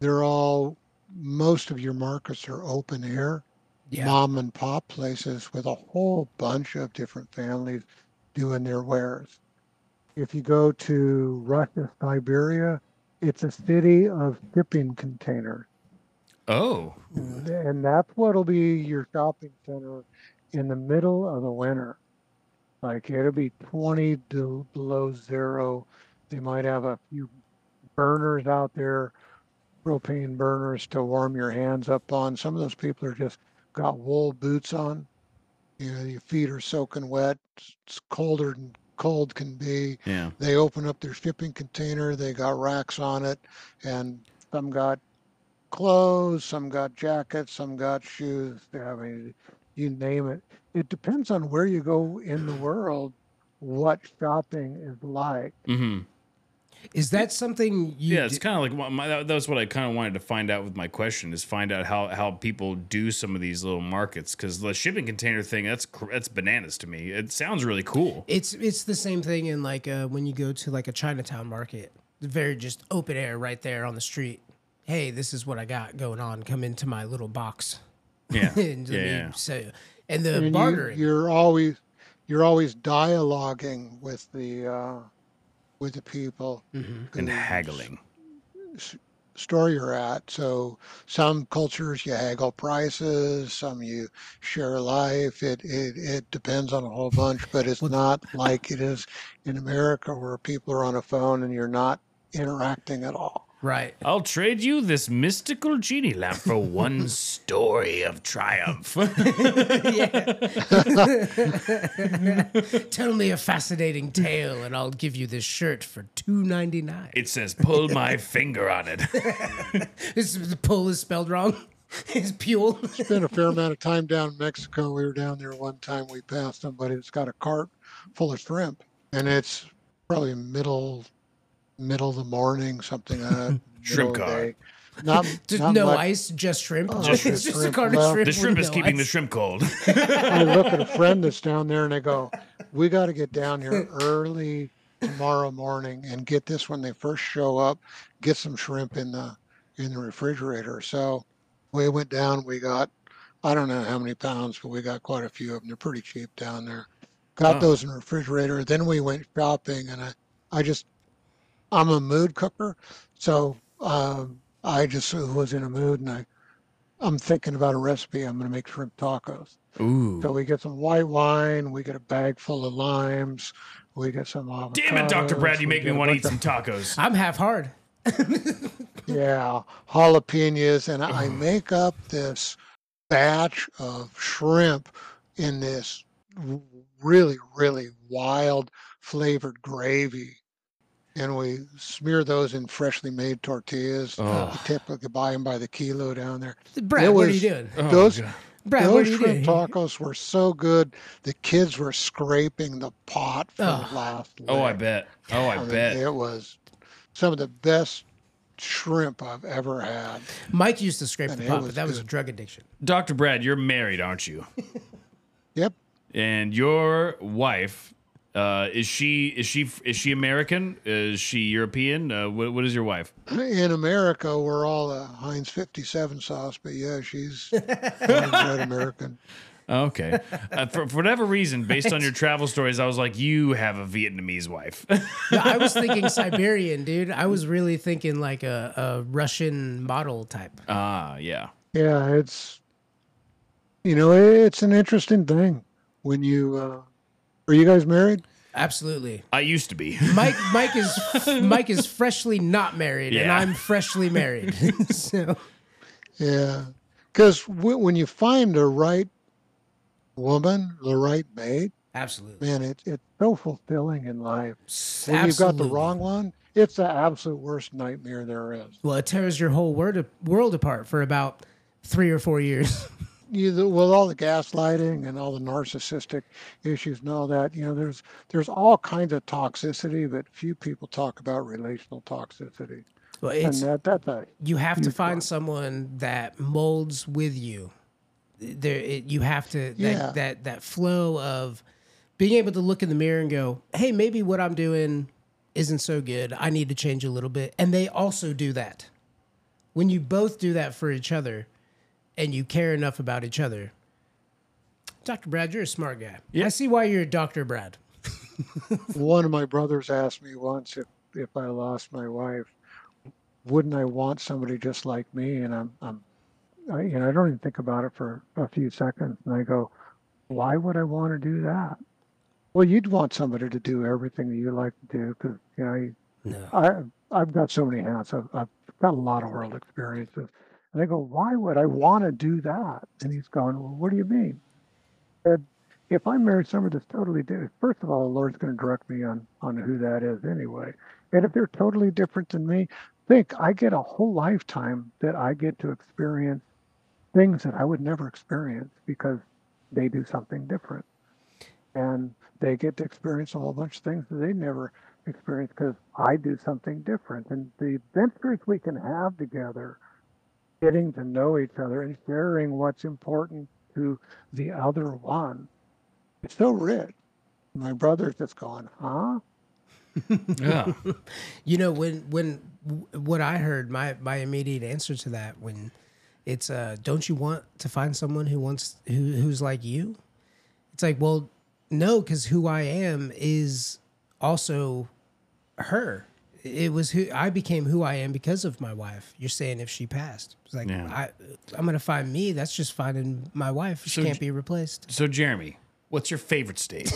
Speaker 5: they're all, most of your markets are open air,
Speaker 2: Yeah.
Speaker 5: mom and pop places with a whole bunch of different families doing their wares. If you go to Russia, Siberia, it's a city of shipping containers.
Speaker 1: Oh,
Speaker 5: And that's what'll be your shopping center in the middle of the winter. Like it'll be 20 to below zero. They might have a few burners out there, propane burners to warm your hands up on. Some of those people are just got wool boots on. You know, your feet are soaking wet. It's colder than cold can be
Speaker 1: yeah.
Speaker 5: they open up their shipping container they got racks on it and some got clothes some got jackets some got shoes i mean you name it it depends on where you go in the world what shopping is like
Speaker 1: Mm-hmm.
Speaker 2: Is that something you?
Speaker 1: Yeah, it's
Speaker 2: do-
Speaker 1: kind of like what my, that, that's what I kind of wanted to find out with my question is find out how how people do some of these little markets because the shipping container thing that's cr- that's bananas to me. It sounds really cool.
Speaker 2: it's it's the same thing in like uh, when you go to like a Chinatown market, very just open air right there on the street. Hey, this is what I got going on. Come into my little box.
Speaker 1: Yeah,
Speaker 2: and
Speaker 1: yeah,
Speaker 2: let me
Speaker 1: yeah.
Speaker 2: say- and the
Speaker 5: And you-
Speaker 2: bartering.
Speaker 5: you're always you're always dialoguing with the uh, with the people
Speaker 1: and
Speaker 2: Mm-hmm.
Speaker 5: who-
Speaker 1: haggling.
Speaker 5: store you're at. So some cultures you haggle prices, some you share life. It it, it depends on a whole bunch, but it's not like it is in America where people are on a phone and you're not interacting at all.
Speaker 2: Right.
Speaker 1: I'll trade you this mystical genie lamp for one story of triumph.
Speaker 2: Tell me a fascinating tale, and I'll give you this shirt for two ninety nine.
Speaker 1: it says, "Pull my finger on it."
Speaker 2: This the pull is spelled wrong. It's Puel.
Speaker 5: Spent a fair amount of time down in Mexico. We were down there one time. We passed somebody that's got a cart full of shrimp, and it's probably middle middle of the morning, something like that.
Speaker 1: Shrimp
Speaker 5: middle of the
Speaker 1: cart.
Speaker 5: day. Not,
Speaker 2: Just
Speaker 5: not
Speaker 2: no
Speaker 5: much- Oh,
Speaker 2: ice, just shrimp.
Speaker 5: Just
Speaker 2: it's just a
Speaker 5: shrimp.
Speaker 2: carton of
Speaker 5: Well,
Speaker 2: shrimp.
Speaker 1: The shrimp
Speaker 2: with
Speaker 1: is
Speaker 2: no
Speaker 1: keeping the
Speaker 2: ice.
Speaker 1: shrimp cold.
Speaker 5: I look at a friend that's down there and they go, We got to get down here early tomorrow morning and get this when they first show up, get some shrimp in the in the refrigerator. So we went down, we got I don't know how many pounds, but we got quite a few of them. They're pretty cheap down there. Got
Speaker 1: Wow.
Speaker 5: those in the refrigerator. Then we went shopping and I, I just I'm a mood cooker. So um, I just was in a mood and I I'm thinking about a recipe. I'm gonna make shrimp tacos.
Speaker 1: Ooh.
Speaker 5: So we get some white wine, we get a bag full of limes, we get some avocados.
Speaker 1: Damn it, Dr. Brad,
Speaker 5: we
Speaker 1: Oh, you make me
Speaker 5: get a
Speaker 1: want to
Speaker 5: bunch
Speaker 1: eat some tacos.
Speaker 2: I'm half hard.
Speaker 5: of- Yeah, jalapenos, and I make up this batch of shrimp in this r- really, really wild flavored gravy. and we smear those in freshly made tortillas.
Speaker 1: Oh.
Speaker 5: You typically buy them by the kilo down there.
Speaker 2: Brad,
Speaker 5: It
Speaker 2: what are you
Speaker 5: was-
Speaker 2: doing?
Speaker 1: Oh,
Speaker 5: those
Speaker 1: God.
Speaker 2: Brad, what
Speaker 5: those
Speaker 2: are you doing?
Speaker 5: shrimp tacos were so good. The kids were scraping the pot for
Speaker 2: Ugh.
Speaker 5: the last.
Speaker 1: Oh, I
Speaker 5: lick.
Speaker 1: bet. Oh, I
Speaker 5: mean,
Speaker 1: bet.
Speaker 5: it was some of the best shrimp I've ever had.
Speaker 2: Mike used to scrape
Speaker 5: And
Speaker 2: the
Speaker 5: it
Speaker 2: pot, but
Speaker 5: was
Speaker 2: that was a
Speaker 5: good.
Speaker 2: drug addiction.
Speaker 1: Dr. Brad, you're married, aren't you?
Speaker 5: Yep.
Speaker 1: And your wife uh, is she is she is she American? Is she European? Uh, what, what is your wife?
Speaker 5: In America, we're all a Heinz 57 sauce, but yeah, she's born American.
Speaker 1: Okay. Uh, for, for whatever reason, based on your travel stories, I was like, you have a Vietnamese wife.
Speaker 2: No, I was thinking Siberian, dude. I was really thinking like a, a Russian model type.
Speaker 1: Ah, yeah.
Speaker 5: Yeah, it's you know it's an interesting thing when you uh, are you guys married?
Speaker 2: Absolutely.
Speaker 1: I used to be.
Speaker 2: Mike Mike is Mike is freshly not married, and
Speaker 1: Yeah.
Speaker 2: I'm freshly married. so
Speaker 5: Yeah, because w- when you find the right woman, the right mate,
Speaker 2: absolutely,
Speaker 5: man, it, it's so fulfilling in life.
Speaker 2: S-
Speaker 5: When you've got
Speaker 2: absolutely.
Speaker 5: the wrong one, it's the absolute worst nightmare there is.
Speaker 2: Well, it tears your whole word, world apart for about three or four years.
Speaker 5: you the, with all the gaslighting and all the narcissistic issues and all that you know there's there's all kinds of toxicity but few people talk about relational toxicity
Speaker 2: Well,
Speaker 5: and
Speaker 2: it's,
Speaker 5: that that's a
Speaker 2: you have to find someone that molds with you. There, it, you have to that,
Speaker 5: Yeah.
Speaker 2: that that flow of being able to look in the mirror and go, "Hey, maybe what I'm doing isn't so good. I need to change a little bit." And they also do that. When you both do that for each other, and you care enough about each other, Doctor Brad, you're a smart guy. I see why you're a Doctor Brad.
Speaker 5: one of my brothers asked me once if if i lost my wife wouldn't i want somebody just like me and i'm i'm I, you know i don't even think about it for a few seconds and i go why would i want to do that well you'd want somebody to do everything that you like to do because you know you,
Speaker 2: No,
Speaker 5: I I've got so many hats. I've, I've got a lot of world experiences. And I go, why would I want to do that? And he's going, well, what do you mean? I said, if I marry someone that's totally different, first of all, the Lord's going to direct me on on who that is anyway. And if they're totally different than me, think I get a whole lifetime that I get to experience things that I would never experience because they do something different. And they get to experience a whole bunch of things that they never experience because I do something different. And the adventures we can have together, getting to know each other and sharing what's important to the other one, it's so rich. My brother's just going, huh?
Speaker 1: Yeah.
Speaker 2: You know when when w- what I heard my my immediate answer to that when it's uh don't you want to find someone who wants who who's like you? It's like well no cuz who I am is also her. It was who I became who I am because of my wife. You're saying if she passed. It's like
Speaker 1: Yeah.
Speaker 2: I I'm going to find me. That's just finding my wife. She
Speaker 1: So
Speaker 2: can't
Speaker 1: j-
Speaker 2: be replaced.
Speaker 1: So, Jeremy, what's your favorite state?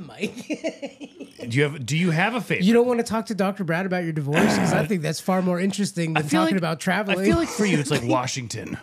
Speaker 2: Mike.
Speaker 1: Do you have Do you have a favorite?
Speaker 2: You don't want to talk to Dr. Brad about your divorce cuz I think that's far more interesting than talking about
Speaker 1: I
Speaker 2: traveling.
Speaker 1: feel like for you, it's like Washington.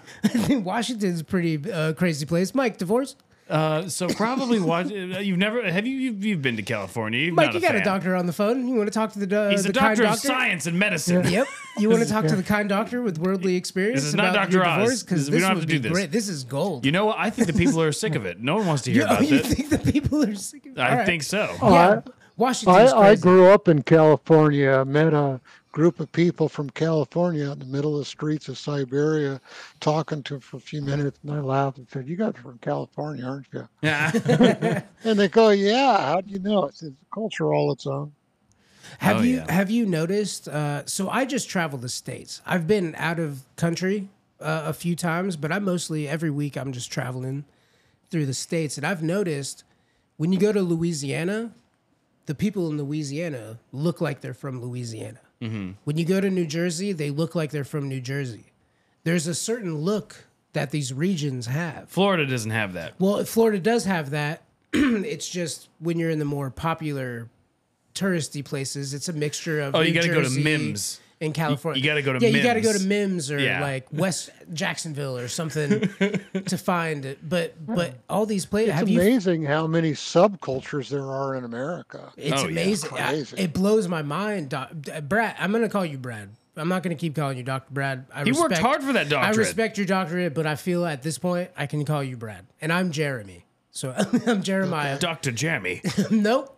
Speaker 2: Washington's a pretty uh, crazy place. Mike, divorce?
Speaker 1: Uh, so probably wa- uh, You've never have you? You've, you've been to California. You've
Speaker 2: Mike,
Speaker 1: not
Speaker 2: you got
Speaker 1: fan.
Speaker 2: a doctor on the phone. You want to talk to the uh,
Speaker 1: He's
Speaker 2: the
Speaker 1: a doctor
Speaker 2: kind
Speaker 1: of
Speaker 2: doctor?
Speaker 1: science and medicine.
Speaker 2: Yep. You want to talk to the kind doctor with worldly experience
Speaker 1: is not
Speaker 2: about
Speaker 1: Dr.
Speaker 2: your
Speaker 1: Oz.
Speaker 2: divorce?
Speaker 1: This-
Speaker 2: Because
Speaker 1: we
Speaker 2: this
Speaker 1: don't have
Speaker 2: would
Speaker 1: to do
Speaker 2: be
Speaker 1: this.
Speaker 2: great. This is gold.
Speaker 1: You know what? I think the people are sick of it. No one wants to hear
Speaker 2: oh,
Speaker 1: about
Speaker 2: you
Speaker 1: it.
Speaker 2: think the people are sick?
Speaker 1: I think so.
Speaker 2: Yeah.
Speaker 5: I-
Speaker 2: Washington's
Speaker 5: I, I
Speaker 2: crazy.
Speaker 5: grew up in California, met a group of people from California out in the middle of the streets of Siberia, talking to 'em for a few minutes, and I laughed and said, You guys are from California, aren't you?
Speaker 1: Yeah.
Speaker 5: And they go, Yeah, how do you know? It's, it's a culture all its own.
Speaker 2: Have
Speaker 1: Oh,
Speaker 2: you
Speaker 1: yeah.
Speaker 2: have you noticed? Uh, so I just travel the states. I've been out of country uh, a few times, but I mostly every week I'm just traveling through the states, and I've noticed when you go to Louisiana, the people in Louisiana look like they're from Louisiana.
Speaker 1: Mm-hmm.
Speaker 2: When you go to New Jersey, they look like they're from New Jersey. There's a certain look that these regions have.
Speaker 1: Florida doesn't have that.
Speaker 2: Well, Florida does have that. it's just when you're in the more popular touristy places. It's a mixture of
Speaker 1: Oh, you
Speaker 2: New
Speaker 1: gotta go to
Speaker 2: Jersey
Speaker 1: Mims.
Speaker 2: in California.
Speaker 1: gotta go to
Speaker 2: yeah, you got to go
Speaker 1: Mims.
Speaker 2: to Mims or
Speaker 1: Yeah.
Speaker 2: like West Jacksonville or something to find it. But but all these places
Speaker 5: It's
Speaker 2: have you?
Speaker 5: amazing how many subcultures there are in America.
Speaker 2: It's
Speaker 1: Oh, yeah.
Speaker 2: amazing. I-
Speaker 5: Crazy.
Speaker 2: it blows my mind, Doc, D- Brad. I'm gonna call you Brad. I'm not gonna keep calling you Doctor Brad. I
Speaker 1: He
Speaker 2: respect,
Speaker 1: worked hard for that
Speaker 2: I
Speaker 1: doctorate.
Speaker 2: respect your doctorate, but I feel at this point I can call you Brad, and I'm Jeremy. So I'm Jeremiah.
Speaker 1: Dr. Jeremy.
Speaker 2: nope.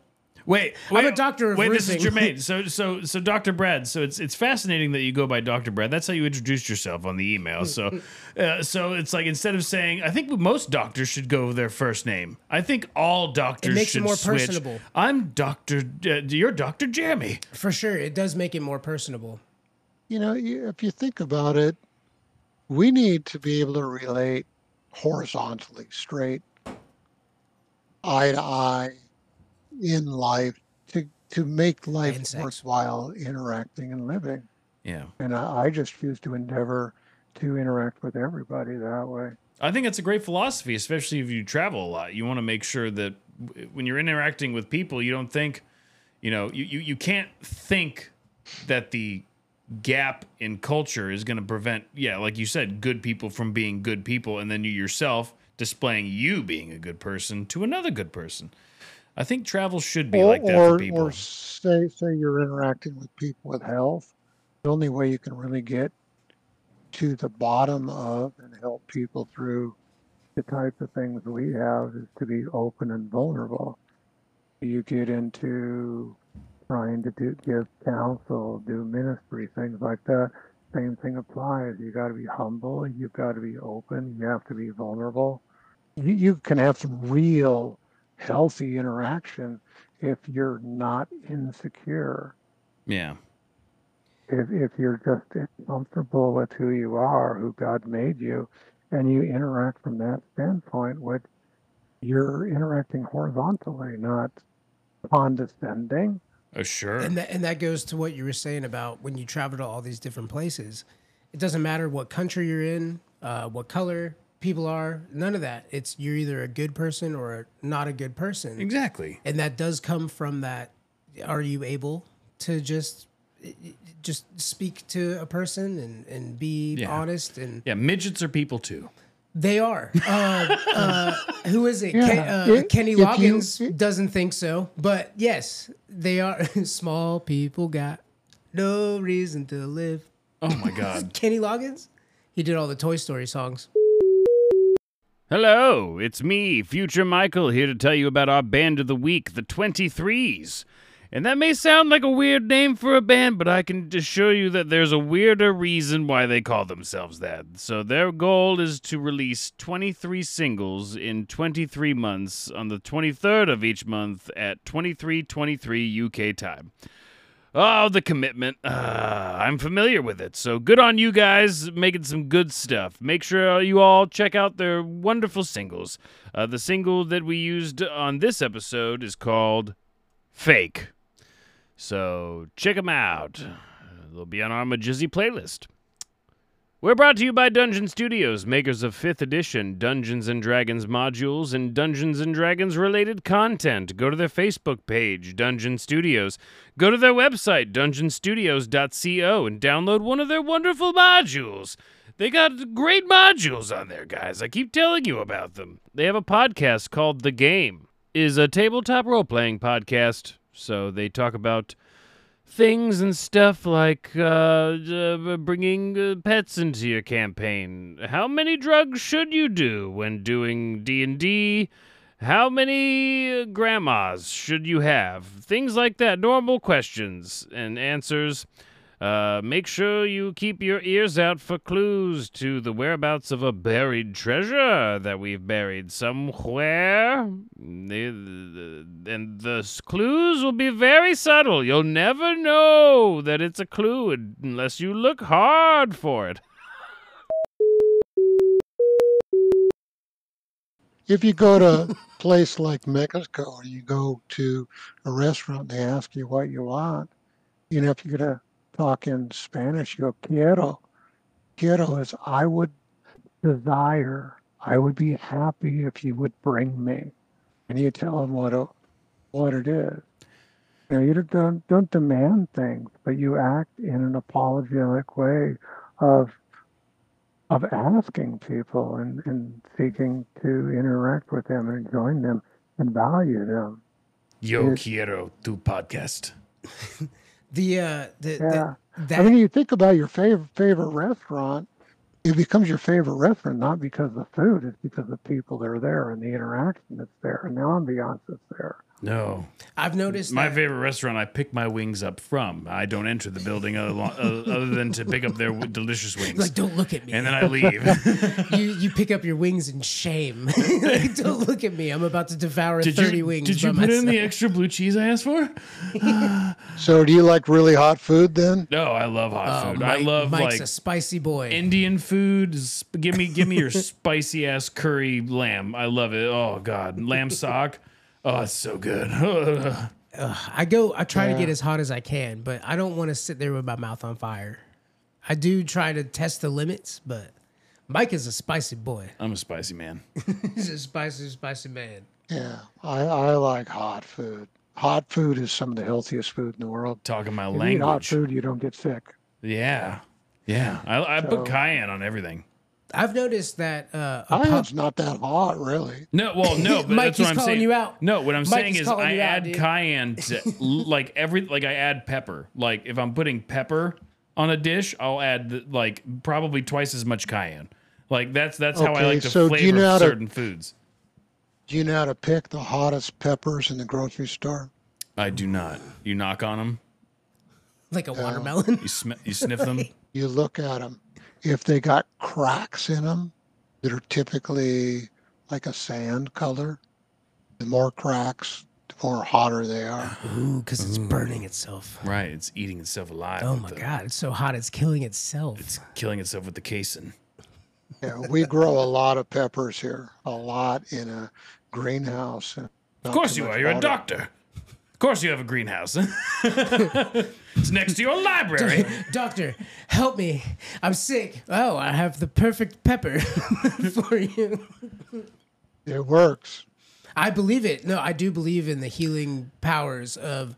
Speaker 1: Wait, wait,
Speaker 2: a doctor of
Speaker 1: Wait, this is
Speaker 2: roofing.
Speaker 1: Jermaine. So, so, so, Doctor Brad. So it's it's fascinating that you go by Doctor Brad. That's how you introduced yourself on the email. So,
Speaker 2: Mm-hmm.
Speaker 1: uh, so it's like instead of saying, I think most doctors should go with their first name. I think all doctors
Speaker 2: makes it
Speaker 1: should
Speaker 2: more
Speaker 1: switch.
Speaker 2: personable.
Speaker 1: I'm Doctor. Uh, you're Doctor Jeremy.
Speaker 2: For sure, it does make it more personable.
Speaker 5: You know, you- if you think about it, we need to be able to relate horizontally, straight, eye to eye, in life to to make life
Speaker 2: And sex.
Speaker 5: worthwhile interacting and living.
Speaker 1: Yeah,
Speaker 5: And I, I just choose to endeavor to interact with everybody that way.
Speaker 1: I think that's a great philosophy, especially if you travel a lot. You want to make sure that w- when you're interacting with people, you don't think, you know, you, you, you can't think that the gap in culture is going to prevent, yeah, like you said, good people from being good people, and then you yourself displaying you being a good person to another good person. I think travel should be like that for
Speaker 5: or,
Speaker 1: people.
Speaker 5: or say say you're interacting with people with health the only way you can really get to the bottom of and help people through the types of things we have is to be open and vulnerable you get into trying to do, give counsel do ministry things like that same thing applies you got to be humble you've got to be open you have to be vulnerable you, you can have some real healthy interaction if you're not insecure,
Speaker 1: yeah.
Speaker 5: if, if you're just comfortable with who you are, who God made you, and you interact from that standpoint, which you're interacting horizontally, not condescending.
Speaker 1: Oh, sure.
Speaker 2: And that and that goes to what you were saying about when you travel to all these different places. It doesn't matter what country you're in, uh, what color people are, none of that. It's you're either a good person or not a good person.
Speaker 1: exactly.
Speaker 2: and that does come from that are you able to just just speak to a person and and be
Speaker 1: Yeah.
Speaker 2: honest and
Speaker 1: Yeah, midgets are people too.
Speaker 2: they are uh, uh, who is it Ken,
Speaker 5: Yeah.
Speaker 2: uh,
Speaker 5: If-
Speaker 2: kenny
Speaker 5: if you-
Speaker 2: loggins doesn't think so but yes they are small people got no reason to live
Speaker 1: Oh my God.
Speaker 2: kenny loggins he did all the toy story songs
Speaker 1: Hello, it's me, Future Michael, here to tell you about our band of the week, the 23s. And that may sound like a weird name for a band, but I can assure you that there's a weirder reason why they call themselves that. So their goal is to release 23 singles in 23 months on the 23rd of each month at 2323 UK time. Oh, the commitment. Uh, I'm familiar with it. So good on you guys making some good stuff. Make sure you all check out their wonderful singles. Uh, the single that we used on this episode is called Fake. So check them out. Uh, They'll be on our Majizzy playlist. We're brought to you by Dungeon Studios, makers of 5th edition Dungeons and Dragons modules and Dungeons and Dragons related content. Go to their Facebook page, Dungeon Studios. Go to their website, dungeonstudios.co, and download one of their wonderful modules. They got great modules on there, guys. I keep telling you about them. They have a podcast called The Game, is a tabletop role-playing podcast, so they talk about things and stuff like uh, uh, bringing uh, pets into your campaign. How many drugs should you do when doing D and D? How many uh, grandmas should you have? Things like that. Normal questions and answers. Uh, make sure you keep your ears out for clues to the whereabouts of a buried treasure that we've buried somewhere. The- the- And the s- clues will be very subtle. You'll never know that it's a clue un- unless you look hard for it.
Speaker 5: If you go to a place like Mexico or you go to a restaurant, they ask you what you want. You know, if you're going to talk in Spanish, you go, quiero. Quiero is I would desire, I would be happy if you would bring me. And you tell them what it, what it is.
Speaker 6: know, you don't- don't don't demand things, but you act in an apologetic way of of asking people and, and seeking to interact with them and join them and value them.
Speaker 1: Yo quiero tu podcast.
Speaker 2: The uh, the,
Speaker 6: Yeah.
Speaker 2: the
Speaker 5: I
Speaker 2: that
Speaker 5: mean, you think about your favorite favorite restaurant. It becomes your favorite restaurant not because of the food, it's because the people that are there and the interaction that's there and the ambiance that's there.
Speaker 1: No,
Speaker 2: I've noticed
Speaker 1: my
Speaker 2: that-
Speaker 1: favorite restaurant. I pick my wings up from. I don't enter the building other, uh, other than to pick up their w- delicious wings,
Speaker 2: like don't look at me.
Speaker 1: and uh, then I leave.
Speaker 2: you you pick up your wings in shame. like, don't look at me. I'm about to devour
Speaker 1: did
Speaker 2: 30
Speaker 1: you
Speaker 2: wings.
Speaker 1: did you
Speaker 2: by
Speaker 1: put in
Speaker 2: myself.
Speaker 1: the extra blue cheese I asked for?
Speaker 5: So, do you like really hot food then?
Speaker 1: No, I love hot
Speaker 2: Oh,
Speaker 1: food. I
Speaker 2: Mike-
Speaker 1: love
Speaker 2: Mike's
Speaker 1: like
Speaker 2: a spicy boy.
Speaker 1: Indian food. Sp- Give me, give me your spicy ass curry lamb. I love it. Oh God, lamb sock. Oh, it's so good.
Speaker 2: I go. I try to get as hot as I can, but I don't want to sit there with my mouth on fire. I do try to test the limits, but Mike is a spicy boy.
Speaker 1: I'm a spicy man.
Speaker 2: He's a spicy, spicy man.
Speaker 5: Yeah, I, I like hot food. Hot food is some of the healthiest food in the world.
Speaker 1: Talking my
Speaker 6: If you eat hot
Speaker 1: language.
Speaker 6: food, you don't get sick.
Speaker 1: Yeah, yeah. I, I put cayenne on everything.
Speaker 2: I've noticed that uh, a pub-
Speaker 5: Iron's not that hot, really.
Speaker 1: No, well, no, but
Speaker 2: Mike,
Speaker 1: that's what
Speaker 2: he's
Speaker 1: I'm
Speaker 2: calling
Speaker 1: saying.
Speaker 2: you out.
Speaker 1: No, what I'm
Speaker 2: Mike
Speaker 1: saying
Speaker 2: is
Speaker 1: is
Speaker 2: calling
Speaker 1: I
Speaker 2: you out,
Speaker 1: add
Speaker 2: dude.
Speaker 1: cayenne to l- like every like I add pepper. Like if I'm putting pepper on a dish, I'll add th- like probably twice as much cayenne. Like that's that's how I
Speaker 5: Okay,
Speaker 1: like to
Speaker 5: so do
Speaker 1: flavor
Speaker 5: you know how to-
Speaker 1: certain foods.
Speaker 5: Do you know how to pick the hottest peppers in the grocery store?
Speaker 1: I do not. You knock on them.
Speaker 2: like a watermelon.
Speaker 1: You sm- you sniff them.
Speaker 5: You look at them. If they got cracks in them that are typically like a sand color, the more cracks, the more hotter they are.
Speaker 2: Ooh, because it's burning itself.
Speaker 1: Right, it's eating itself alive.
Speaker 2: Mm. Oh
Speaker 1: with
Speaker 2: my
Speaker 1: the-
Speaker 2: god, it's so hot, it's killing itself.
Speaker 1: It's killing itself with the casein.
Speaker 5: Yeah, we grow a lot of peppers here, a lot in a greenhouse. and
Speaker 1: Of
Speaker 5: not
Speaker 1: course
Speaker 5: too
Speaker 1: you
Speaker 5: much
Speaker 1: are. You're a
Speaker 5: water.
Speaker 1: doctor. Of course you have a greenhouse. it's next to your library.
Speaker 2: Doctor, help me. I'm sick. Oh, I have the perfect pepper for you.
Speaker 5: It works.
Speaker 2: I believe it. No, I do believe in the healing powers of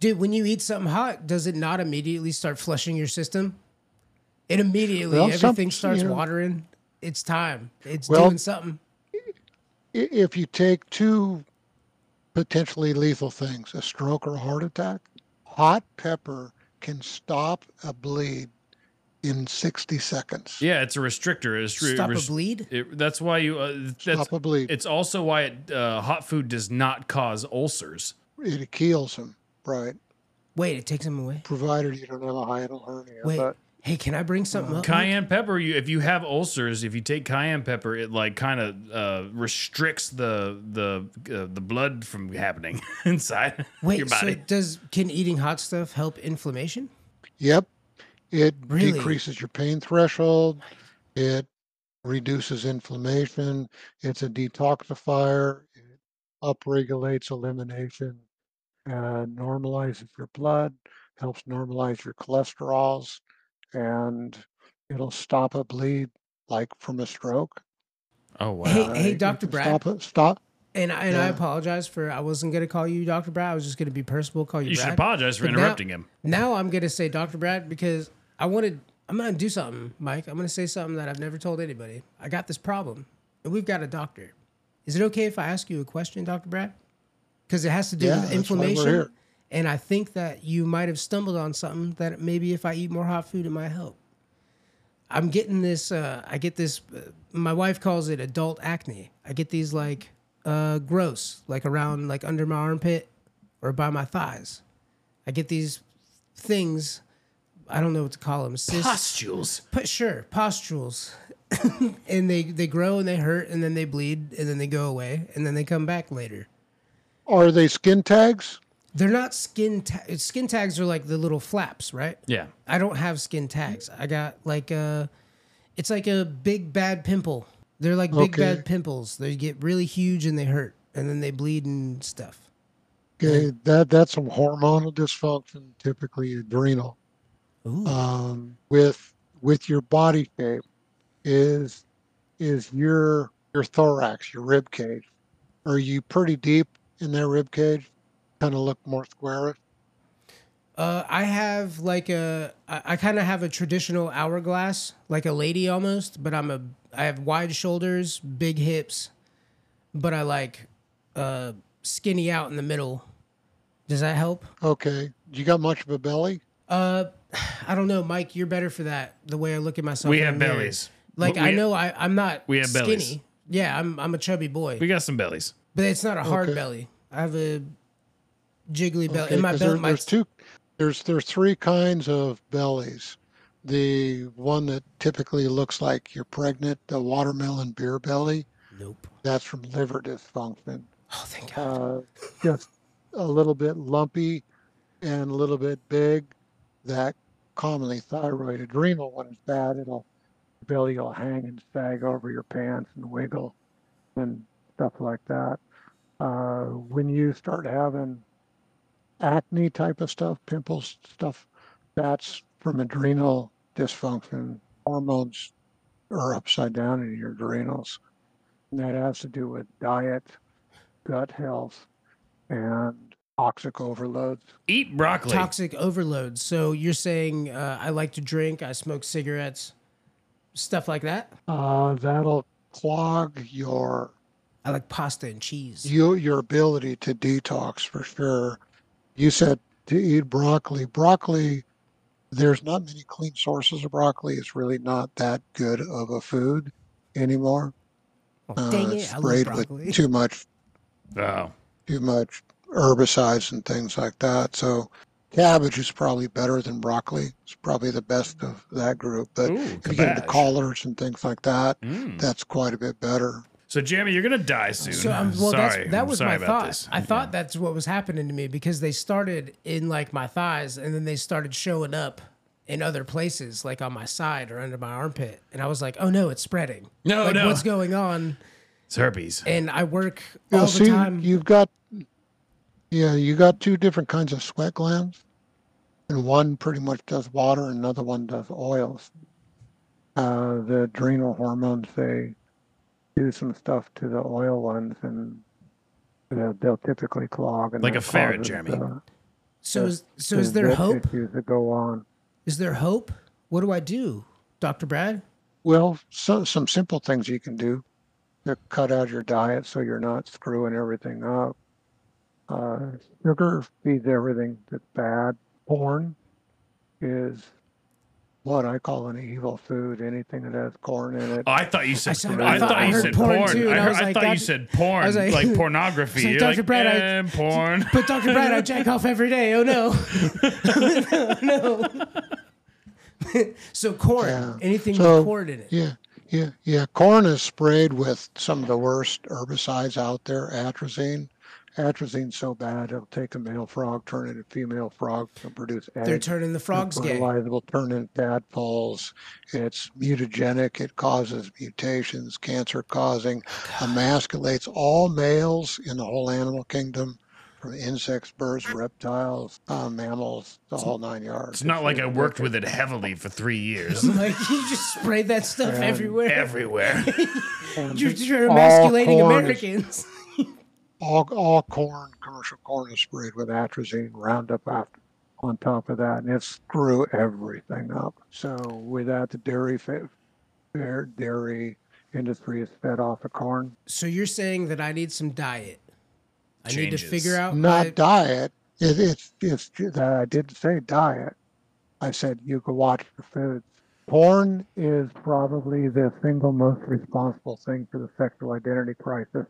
Speaker 2: dude, when you eat something hot, does it not immediately start flushing your system? It immediately
Speaker 5: Well, some-
Speaker 2: everything starts
Speaker 5: you know-
Speaker 2: watering. It's time. It's
Speaker 5: Well-
Speaker 2: doing something.
Speaker 5: I- If you take two potentially lethal things, a stroke or a heart attack, hot pepper can stop a bleed in 60 seconds.
Speaker 1: Yeah, it's a restrictor. It's re-
Speaker 2: Stop a
Speaker 1: rest-
Speaker 2: bleed?
Speaker 1: It, that's why you. Uh, that's,
Speaker 5: Stop a bleed.
Speaker 1: It's also why it, uh, hot food does not cause ulcers.
Speaker 5: It kills them, right?
Speaker 2: Wait, it takes them away.
Speaker 5: Provided you don't have a hiatal hernia.
Speaker 2: Wait.
Speaker 5: But
Speaker 2: Hey, can I bring something up?
Speaker 1: Cayenne pepper. You, if you have ulcers, if you take cayenne pepper, it like kind of uh, restricts the the uh, the blood from happening inside
Speaker 2: Wait,
Speaker 1: your
Speaker 2: so
Speaker 1: body.
Speaker 2: does can eating hot stuff help inflammation?
Speaker 5: yep, it
Speaker 2: Really?
Speaker 5: decreases your pain threshold. It reduces inflammation. It's a detoxifier. It upregulates elimination, uh, normalizes your blood, helps normalize your cholesterols, and it'll stop a bleed like from a stroke.
Speaker 1: oh wow.
Speaker 2: Hey,
Speaker 5: Uh,
Speaker 2: hey,
Speaker 5: it
Speaker 2: Dr.
Speaker 5: can
Speaker 2: Brad.
Speaker 5: Stop it. Stop.
Speaker 2: And I, and I
Speaker 5: Yeah.
Speaker 2: apologize for I wasn't gonna call you Dr. Brad. I was just gonna be Percival. Call you.
Speaker 1: you
Speaker 2: Brad.
Speaker 1: should apologize for
Speaker 2: But now-
Speaker 1: interrupting him.
Speaker 2: Now I'm gonna say Dr. Brad because I wanted. I'm gonna do something, Mike. I'm gonna say something that I've never told anybody. I got this problem, and we've got a doctor. Is it okay if I ask you a question, Dr. Brad? Because it has to do
Speaker 5: Yeah,
Speaker 2: with
Speaker 5: that's why we're
Speaker 2: inflammation,
Speaker 5: here.
Speaker 2: and I think that you might have stumbled on something that maybe if I eat more hot food, it might help. I'm getting this. Uh, I get this. Uh, my wife calls it adult acne. I get these like uh, gross, like around, like under my armpit or by my thighs. I get these things. I don't know what to call them. Cysts,
Speaker 1: Pustules.
Speaker 2: but sure, pustules, and they they grow and they hurt and then they bleed and then they go away and then they come back later.
Speaker 5: Are they skin tags?
Speaker 2: They're not skin ta- skin tags are like the little flaps, right?
Speaker 1: Yeah.
Speaker 2: I don't have skin tags. I got like a, it's like a big bad pimple. They're like big
Speaker 5: Okay.
Speaker 2: bad pimples. They get really huge and they hurt and then they bleed and stuff.
Speaker 5: Okay, Eh, that that's some hormonal dysfunction, typically adrenal.
Speaker 2: Ooh.
Speaker 5: Um, with with your body shape, is is your your thorax, your rib cage? Are you pretty deep in that rib cage? Kind of look more squarish.
Speaker 2: Uh, I have like a, I, I kind of have a traditional hourglass, like a lady almost, but I'm a, I have wide shoulders, big hips, but I like uh, skinny out in the middle. Does that help?
Speaker 5: Okay. You got much of a belly?
Speaker 2: Uh, I don't know, Mike. You're better for that. The way I look at myself.
Speaker 1: We
Speaker 2: in
Speaker 1: have
Speaker 2: the mirror.
Speaker 1: bellies.
Speaker 2: Like
Speaker 1: We-
Speaker 2: I
Speaker 1: we-
Speaker 2: know I, I'm not.
Speaker 1: we have
Speaker 2: skinny.
Speaker 1: bellies.
Speaker 2: Yeah, I'm I'm a chubby boy,
Speaker 1: We got some bellies.
Speaker 2: but it's not a hard
Speaker 5: Okay.
Speaker 2: belly. I have a jiggly belly.
Speaker 5: Okay,
Speaker 2: and my
Speaker 5: 'cause
Speaker 2: belly,
Speaker 5: there-
Speaker 2: my
Speaker 5: there's two there's there's three kinds of bellies. The one that typically looks like you're pregnant, the watermelon beer belly,
Speaker 2: nope.
Speaker 5: that's from liver dysfunction.
Speaker 2: Oh, thank God.
Speaker 5: Uh, just a little bit lumpy and a little bit big. That commonly thyroid adrenal one is bad. It'll your belly will hang and sag over your pants and wiggle
Speaker 6: and stuff like that. Uh, when you start having
Speaker 5: acne type of stuff, pimples stuff, that's from adrenal dysfunction. Hormones are upside down in your adrenals.
Speaker 6: and that has to do with diet, gut health, and toxic overloads.
Speaker 1: Eat broccoli.
Speaker 2: Toxic overload. So you're saying uh, I like to drink, I smoke cigarettes, stuff like that.
Speaker 5: Uh, that'll clog your
Speaker 2: I like pasta and cheese.
Speaker 5: you your ability to detox for sure. You said to eat broccoli. Broccoli, there's not many clean sources of broccoli. It's really not that good of a food anymore.
Speaker 2: oh, dang
Speaker 5: Uh,
Speaker 2: it!
Speaker 5: it's
Speaker 2: I love
Speaker 5: sprayed
Speaker 2: broccoli.
Speaker 5: with too much
Speaker 1: oh,
Speaker 5: too much herbicides and things like that. So cabbage is probably better than broccoli. It's probably the best of that group. But
Speaker 1: Ooh,
Speaker 5: if you get into
Speaker 1: cabbage.
Speaker 5: collars and things like that,
Speaker 1: Mm.
Speaker 5: that's quite a bit better.
Speaker 1: So Jeremy, you're gonna die soon.
Speaker 2: So um, well,
Speaker 1: sorry.
Speaker 2: that's, that
Speaker 1: I'm
Speaker 2: was
Speaker 1: sorry
Speaker 2: my
Speaker 1: about
Speaker 2: thought.
Speaker 1: this.
Speaker 2: I thought that's what was happening to me because they started in like my thighs and then they started showing up in other places, like on my side or under my armpit, and I was like, "Oh no, it's spreading!
Speaker 1: No,
Speaker 2: like,
Speaker 1: no.
Speaker 2: what's going on?"
Speaker 1: it's herpes.
Speaker 2: And I work
Speaker 5: Yeah,
Speaker 2: all
Speaker 5: see,
Speaker 2: the time.
Speaker 5: you've got yeah, you got two different kinds of sweat glands, and one pretty much does water, and another one does oils.
Speaker 6: Uh, the adrenal hormones, they do some stuff to the oil ones and they'll, they'll typically clog. And
Speaker 1: Like
Speaker 6: that
Speaker 1: a ferret,
Speaker 6: causes,
Speaker 1: Jeremy.
Speaker 6: uh,
Speaker 2: so, is, so
Speaker 6: the
Speaker 2: is there
Speaker 6: vet
Speaker 2: hope?
Speaker 6: Issues that go on.
Speaker 2: Is there hope? What do I do, Doctor Brad?
Speaker 5: Well, so, some simple things you can do to cut out your diet so you're not screwing everything up.
Speaker 6: Uh, sugar feeds everything that's bad. Corn is
Speaker 5: What I call an evil food, anything that has corn in it.
Speaker 1: Oh, I thought you said. I,
Speaker 2: I said-
Speaker 1: I
Speaker 2: I
Speaker 1: thought,
Speaker 2: thought- I
Speaker 1: you
Speaker 2: heard
Speaker 1: said
Speaker 2: porn
Speaker 1: porn.
Speaker 2: too,
Speaker 1: I,
Speaker 2: and I
Speaker 1: heard-
Speaker 2: was
Speaker 1: I
Speaker 2: like,
Speaker 1: thought you
Speaker 2: Doc-
Speaker 1: said porn,
Speaker 2: I was
Speaker 1: like,
Speaker 2: like-
Speaker 1: pornography.
Speaker 2: I was like,
Speaker 1: You're
Speaker 2: Dr.
Speaker 1: like,
Speaker 2: Brad, I-
Speaker 1: eh, porn.
Speaker 2: But Doctor Brad, I jack off every day. Oh no, Oh, no. so corn,
Speaker 5: Yeah.
Speaker 2: anything
Speaker 5: So-
Speaker 2: with corn in it.
Speaker 5: Yeah, yeah, yeah. Corn is sprayed with some of the worst herbicides out there, atrazine. Atrazine's so bad it'll take a male frog, turn into female frog, and produce eggs.
Speaker 2: They're turning the frogs
Speaker 5: the
Speaker 2: gay.
Speaker 5: fertilizer will turn into tadpoles. It's mutagenic. It causes mutations, cancer causing,
Speaker 1: Oh,
Speaker 5: emasculates all males in the whole animal kingdom, from insects, birds, reptiles, uh, mammals, the whole nine yards.
Speaker 1: It's not like I worked with it heavily for three years.
Speaker 2: Like you just sprayed that stuff
Speaker 5: And
Speaker 2: everywhere.
Speaker 1: Everywhere.
Speaker 2: you're, you're
Speaker 5: all
Speaker 2: emasculating
Speaker 5: corn is-
Speaker 2: Americans.
Speaker 5: all, all corn, commercial corn is sprayed with atrazine, Roundup after, on top of that, and it screw everything up. So without the dairy, fa- fair dairy industry is fed off of corn.
Speaker 2: So you're saying that I need some diet. I need to
Speaker 1: Changes.
Speaker 2: figure out
Speaker 5: Not
Speaker 2: my-
Speaker 5: diet. It, it's it's ju-
Speaker 6: that I didn't say diet. I said you could watch the foods.
Speaker 5: corn.
Speaker 6: Is probably the single most responsible thing for the sexual identity crisis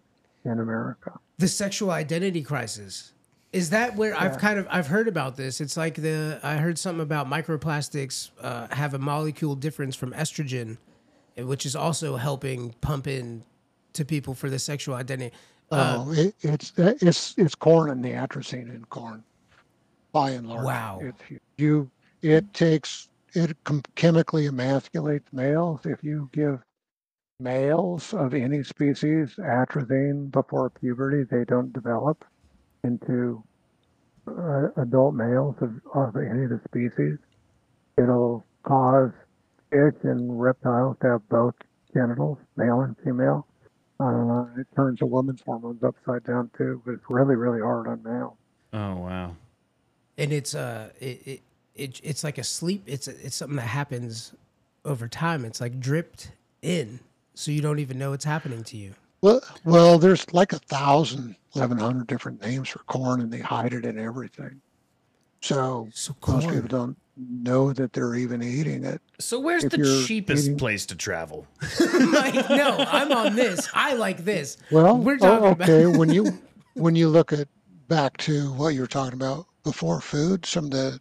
Speaker 6: in America.
Speaker 2: the sexual identity crisis. Is that where I've kind of I've heard about this? It's like the I heard something about microplastics uh, have a molecule difference from estrogen, eh, which is also helping pump in to people for the sexual identity.
Speaker 5: Oh, it, it's it's it's corn and the atrazine in corn, by and large.
Speaker 2: Wow.
Speaker 5: It's you. It takes it com- chemically emasculates males. If you give
Speaker 6: Males of any species, atrazine before puberty, they don't develop into uh, adult males of, of any of the species. It'll cause fish and reptiles to have both genitals, male and female. Uh, it turns a woman's hormones upside down too, but it's really, really hard on males.
Speaker 1: Oh wow.
Speaker 2: and it's uh it, it, it it's like a sleep it's it's something that happens over time it's like dripped in so you don't even know it's happening to you
Speaker 5: Well, well, there's like a thousand, eleven hundred different names for corn, and they hide it in everything. So
Speaker 2: so
Speaker 5: most people
Speaker 2: corn.
Speaker 5: don't know that they're even eating it.
Speaker 1: So where's
Speaker 5: If
Speaker 1: the
Speaker 5: you're
Speaker 1: cheapest
Speaker 5: eating-
Speaker 1: place to travel?
Speaker 2: Like, no i'm on this i like this
Speaker 5: Well,
Speaker 2: We're
Speaker 5: oh,
Speaker 2: talking about-
Speaker 5: okay. when you when you look at back to what you were talking about before, food, some of the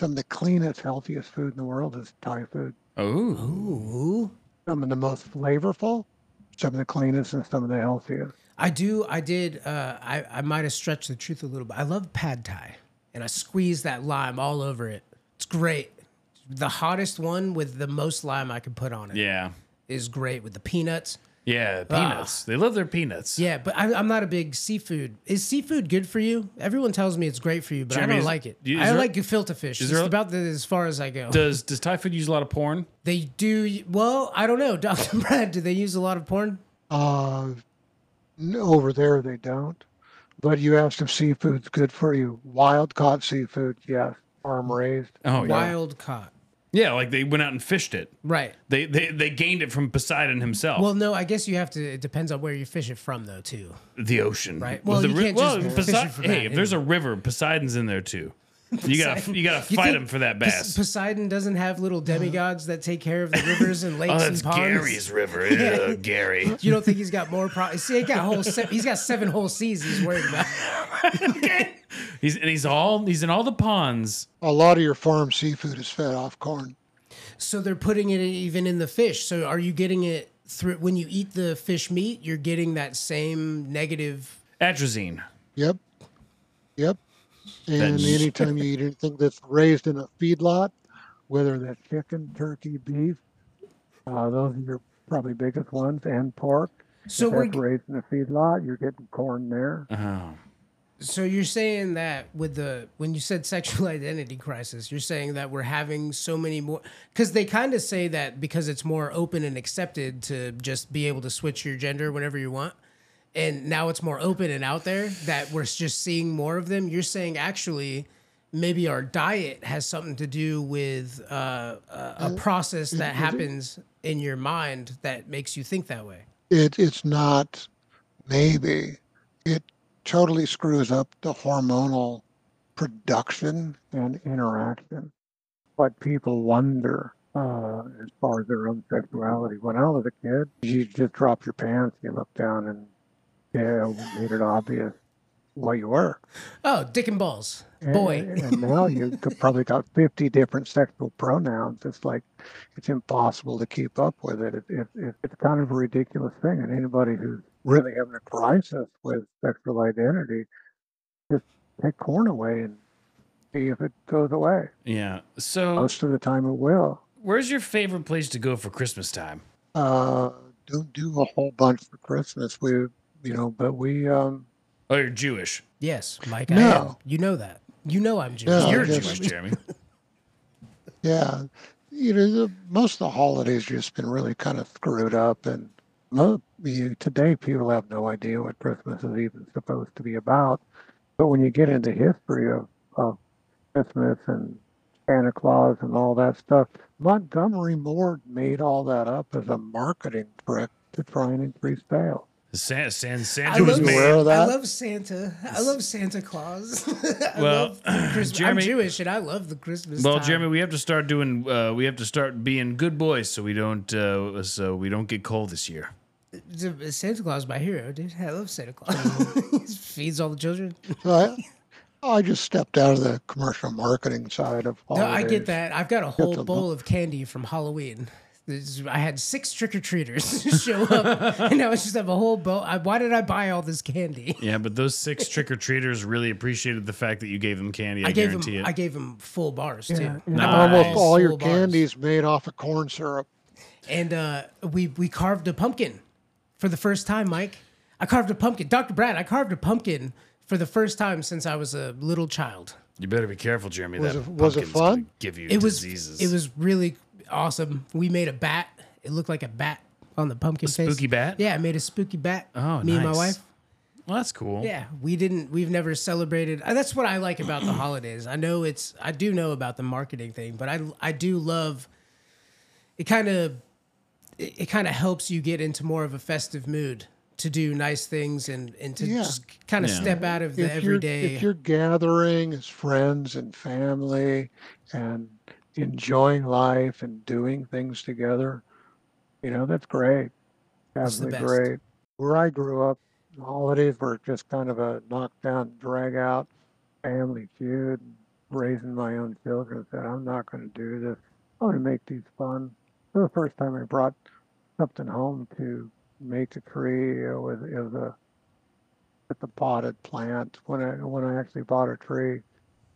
Speaker 5: some of the cleanest, healthiest food in the world is Thai food.
Speaker 1: Oh,
Speaker 2: ooh
Speaker 5: Some of the most flavorful, some of the cleanest, and some of the healthiest.
Speaker 2: I do. I did. Uh, I I might have stretched the truth a little bit. I love pad thai, and I squeeze that lime all over it. It's great. The hottest one with the most lime I could put on it is
Speaker 1: yeah,
Speaker 2: great with the peanuts.
Speaker 1: yeah, peanuts. They love their peanuts.
Speaker 2: Ah. Yeah, but I, I'm not a big seafood. Is seafood good for you? Everyone tells me it's great for you, but
Speaker 1: Jeremy,
Speaker 2: I
Speaker 1: is-
Speaker 2: don't like it.
Speaker 1: is
Speaker 2: I
Speaker 1: there-
Speaker 2: like gefilte fish. It's
Speaker 1: there a-
Speaker 2: about the, as far as I go.
Speaker 1: Does does Thai food use a lot of porn?
Speaker 2: they do well. I don't know, Doctor Brad. Do they use a lot of porn?
Speaker 5: Uh, n- over there they don't. But you asked if seafood's good for you. Wild caught seafood, yes. Farm raised.
Speaker 1: Oh
Speaker 2: Wild caught.
Speaker 1: yeah, like they went out and fished it.
Speaker 2: Right.
Speaker 1: They they they gained it from Poseidon himself.
Speaker 2: Well, no, I guess you have to. It depends on where you fish it from, though, too.
Speaker 1: the ocean.
Speaker 2: Right.
Speaker 1: Well,
Speaker 2: Well,
Speaker 1: the
Speaker 2: you
Speaker 1: ri-
Speaker 2: can't
Speaker 1: well,
Speaker 2: just fish it for
Speaker 1: Poseidon, hey,
Speaker 2: that,
Speaker 1: if there's a river, Poseidon's in there too. You gotta you gotta
Speaker 2: You
Speaker 1: fight
Speaker 2: think
Speaker 1: him for that
Speaker 2: Pos-
Speaker 1: bass. Uh-huh.
Speaker 2: Poseidon doesn't have little demigods that take care of the rivers and lakes
Speaker 1: oh,
Speaker 2: and
Speaker 1: that's
Speaker 2: ponds.
Speaker 1: Gary's river. Ew, Gary.
Speaker 2: You don't think he's got more problems? See, he got whole. Se- he's got seven whole seas. He's worried about.
Speaker 1: He's and he's all he's in all the ponds.
Speaker 5: A lot of your farm seafood is fed off corn.
Speaker 2: So they're putting it even in the fish. So are you getting it through when you eat the fish meat? You're getting that same negative.
Speaker 1: Atrazine.
Speaker 5: Yep. Yep. And
Speaker 1: That's-
Speaker 5: anytime you eat anything that's raised in a feedlot, whether that's chicken, turkey, beef, uh, those are your probably biggest ones, and pork.
Speaker 2: So
Speaker 5: if
Speaker 2: we're
Speaker 5: that's raised in a feedlot, you're getting corn there.
Speaker 1: Oh.
Speaker 2: so you're saying that with the when you said sexual identity crisis, you're saying that we're having so many more because they kind of say that because it's more open and accepted to just be able to switch your gender whenever you want. And now it's more open and out there that we're just seeing more of them. You're saying actually maybe our diet has something to do with uh, a, a process that happens in your mind that makes you think that way.
Speaker 5: It it's not maybe. It totally screws up the hormonal production
Speaker 6: and interaction. But people wonder uh, as far as their own sexuality. When I was a kid, you just drop your pants, you look down, and yeah, it made it obvious what you were.
Speaker 2: Oh, dick and balls.
Speaker 5: Eh,
Speaker 6: And-
Speaker 2: Boy.
Speaker 6: And, now you could probably got 50 different sexual pronouns. It's like, it's impossible to keep up with it. It, it, it. It's kind of a ridiculous thing. And anybody who's really having a crisis with sexual identity, just take corn away and see if it goes away.
Speaker 1: Yeah.
Speaker 5: Oh,
Speaker 1: So
Speaker 6: Most of the time it will.
Speaker 1: where's your favorite place to go for Christmas time?
Speaker 5: Uh, don't do a whole bunch for Christmas. We, you know, but we, um,
Speaker 1: Oh, you're Jewish.
Speaker 2: Yes, Mike. I am.
Speaker 5: No.
Speaker 2: You know that. You know I'm Jewish.
Speaker 5: No, Oh,
Speaker 1: you're
Speaker 5: yes.
Speaker 1: Jewish, Jeremy.
Speaker 5: yeah, you know, the, most of the holidays just been really kind of screwed up, and mo- you, today people have no idea what Christmas is even supposed to be about. But when you get into history of of Christmas and Santa Claus and all that stuff, Montgomery Ward made all that up as a marketing trick to try and increase sales.
Speaker 1: San, San,
Speaker 2: I
Speaker 1: Santa was
Speaker 5: Who's
Speaker 2: love,
Speaker 5: love-
Speaker 1: made.
Speaker 5: aware of
Speaker 2: I
Speaker 5: that?
Speaker 2: love Santa. I love Santa Claus. I
Speaker 1: Well,
Speaker 2: love Christmas.
Speaker 1: Jeremy-
Speaker 2: I'm Jewish and I love the Christmas.
Speaker 1: Well,
Speaker 2: time.
Speaker 1: Jeremy, we have to start doing. Uh, we have to start being good boys, so we don't. Uh, so we don't get cold this year.
Speaker 2: D- Santa Claus is my hero, dude. I love Santa Claus. he feeds all the children.
Speaker 5: So I, I just stepped out of the commercial marketing side of
Speaker 2: No,
Speaker 5: holidays.
Speaker 2: I get that. I've got a whole
Speaker 5: the bu-
Speaker 2: bowl of candy from Halloween. This- I had six trick or treaters show up, and I was just have a whole bowl. I, why did I buy all this candy?
Speaker 1: Yeah, but those six trick or treaters really appreciated the fact that you gave them candy. I,
Speaker 2: I gave him.
Speaker 1: guarantee
Speaker 2: I
Speaker 1: it.
Speaker 2: gave him full bars too.
Speaker 6: Yeah,
Speaker 2: I
Speaker 6: yeah.
Speaker 2: bought
Speaker 1: Almost
Speaker 2: full
Speaker 5: All your
Speaker 2: bars.
Speaker 5: candies made off of corn syrup.
Speaker 2: and uh, we we carved a pumpkin for the first time, Mike. I carved a pumpkin, Doctor Brad. I carved a pumpkin for the first time since I was a little child.
Speaker 1: you better be careful, Jeremy.
Speaker 5: Was
Speaker 1: that
Speaker 5: it- was it
Speaker 1: pumpkin's gonna
Speaker 5: fun?
Speaker 1: Give you
Speaker 2: It was
Speaker 1: diseases.
Speaker 2: it was really awesome. We made a bat. It looked like a bat on the pumpkin.
Speaker 1: spooky
Speaker 2: face.
Speaker 1: bat?
Speaker 2: Yeah, I made a spooky bat.
Speaker 1: Oh,
Speaker 2: me and my
Speaker 1: nice.
Speaker 2: wife.
Speaker 1: Well, that's cool.
Speaker 2: Yeah, we didn't. We've never celebrated. uh, That's what I like about the holidays. I know it's. I do know about the marketing thing, but I I do love. It kind of, it, it kind of helps you get into more of a festive mood to do nice things and and to
Speaker 5: Yeah.
Speaker 2: just kind of
Speaker 1: Yeah.
Speaker 2: step out of the
Speaker 5: if you're,
Speaker 2: everyday.
Speaker 5: if you're gathering as friends and family and enjoying life and doing things together, you know, that's great.
Speaker 2: It's the
Speaker 6: Absolutely
Speaker 2: best.
Speaker 6: great.
Speaker 5: Where I grew up, the holidays were just kind of a knockdown, drag out family feud, raising my own children. Said, I'm not going to do this. I'm going to make these fun. For the first time, I brought something home to make a tree. It was, it was a with the potted plant when I when I actually bought a tree.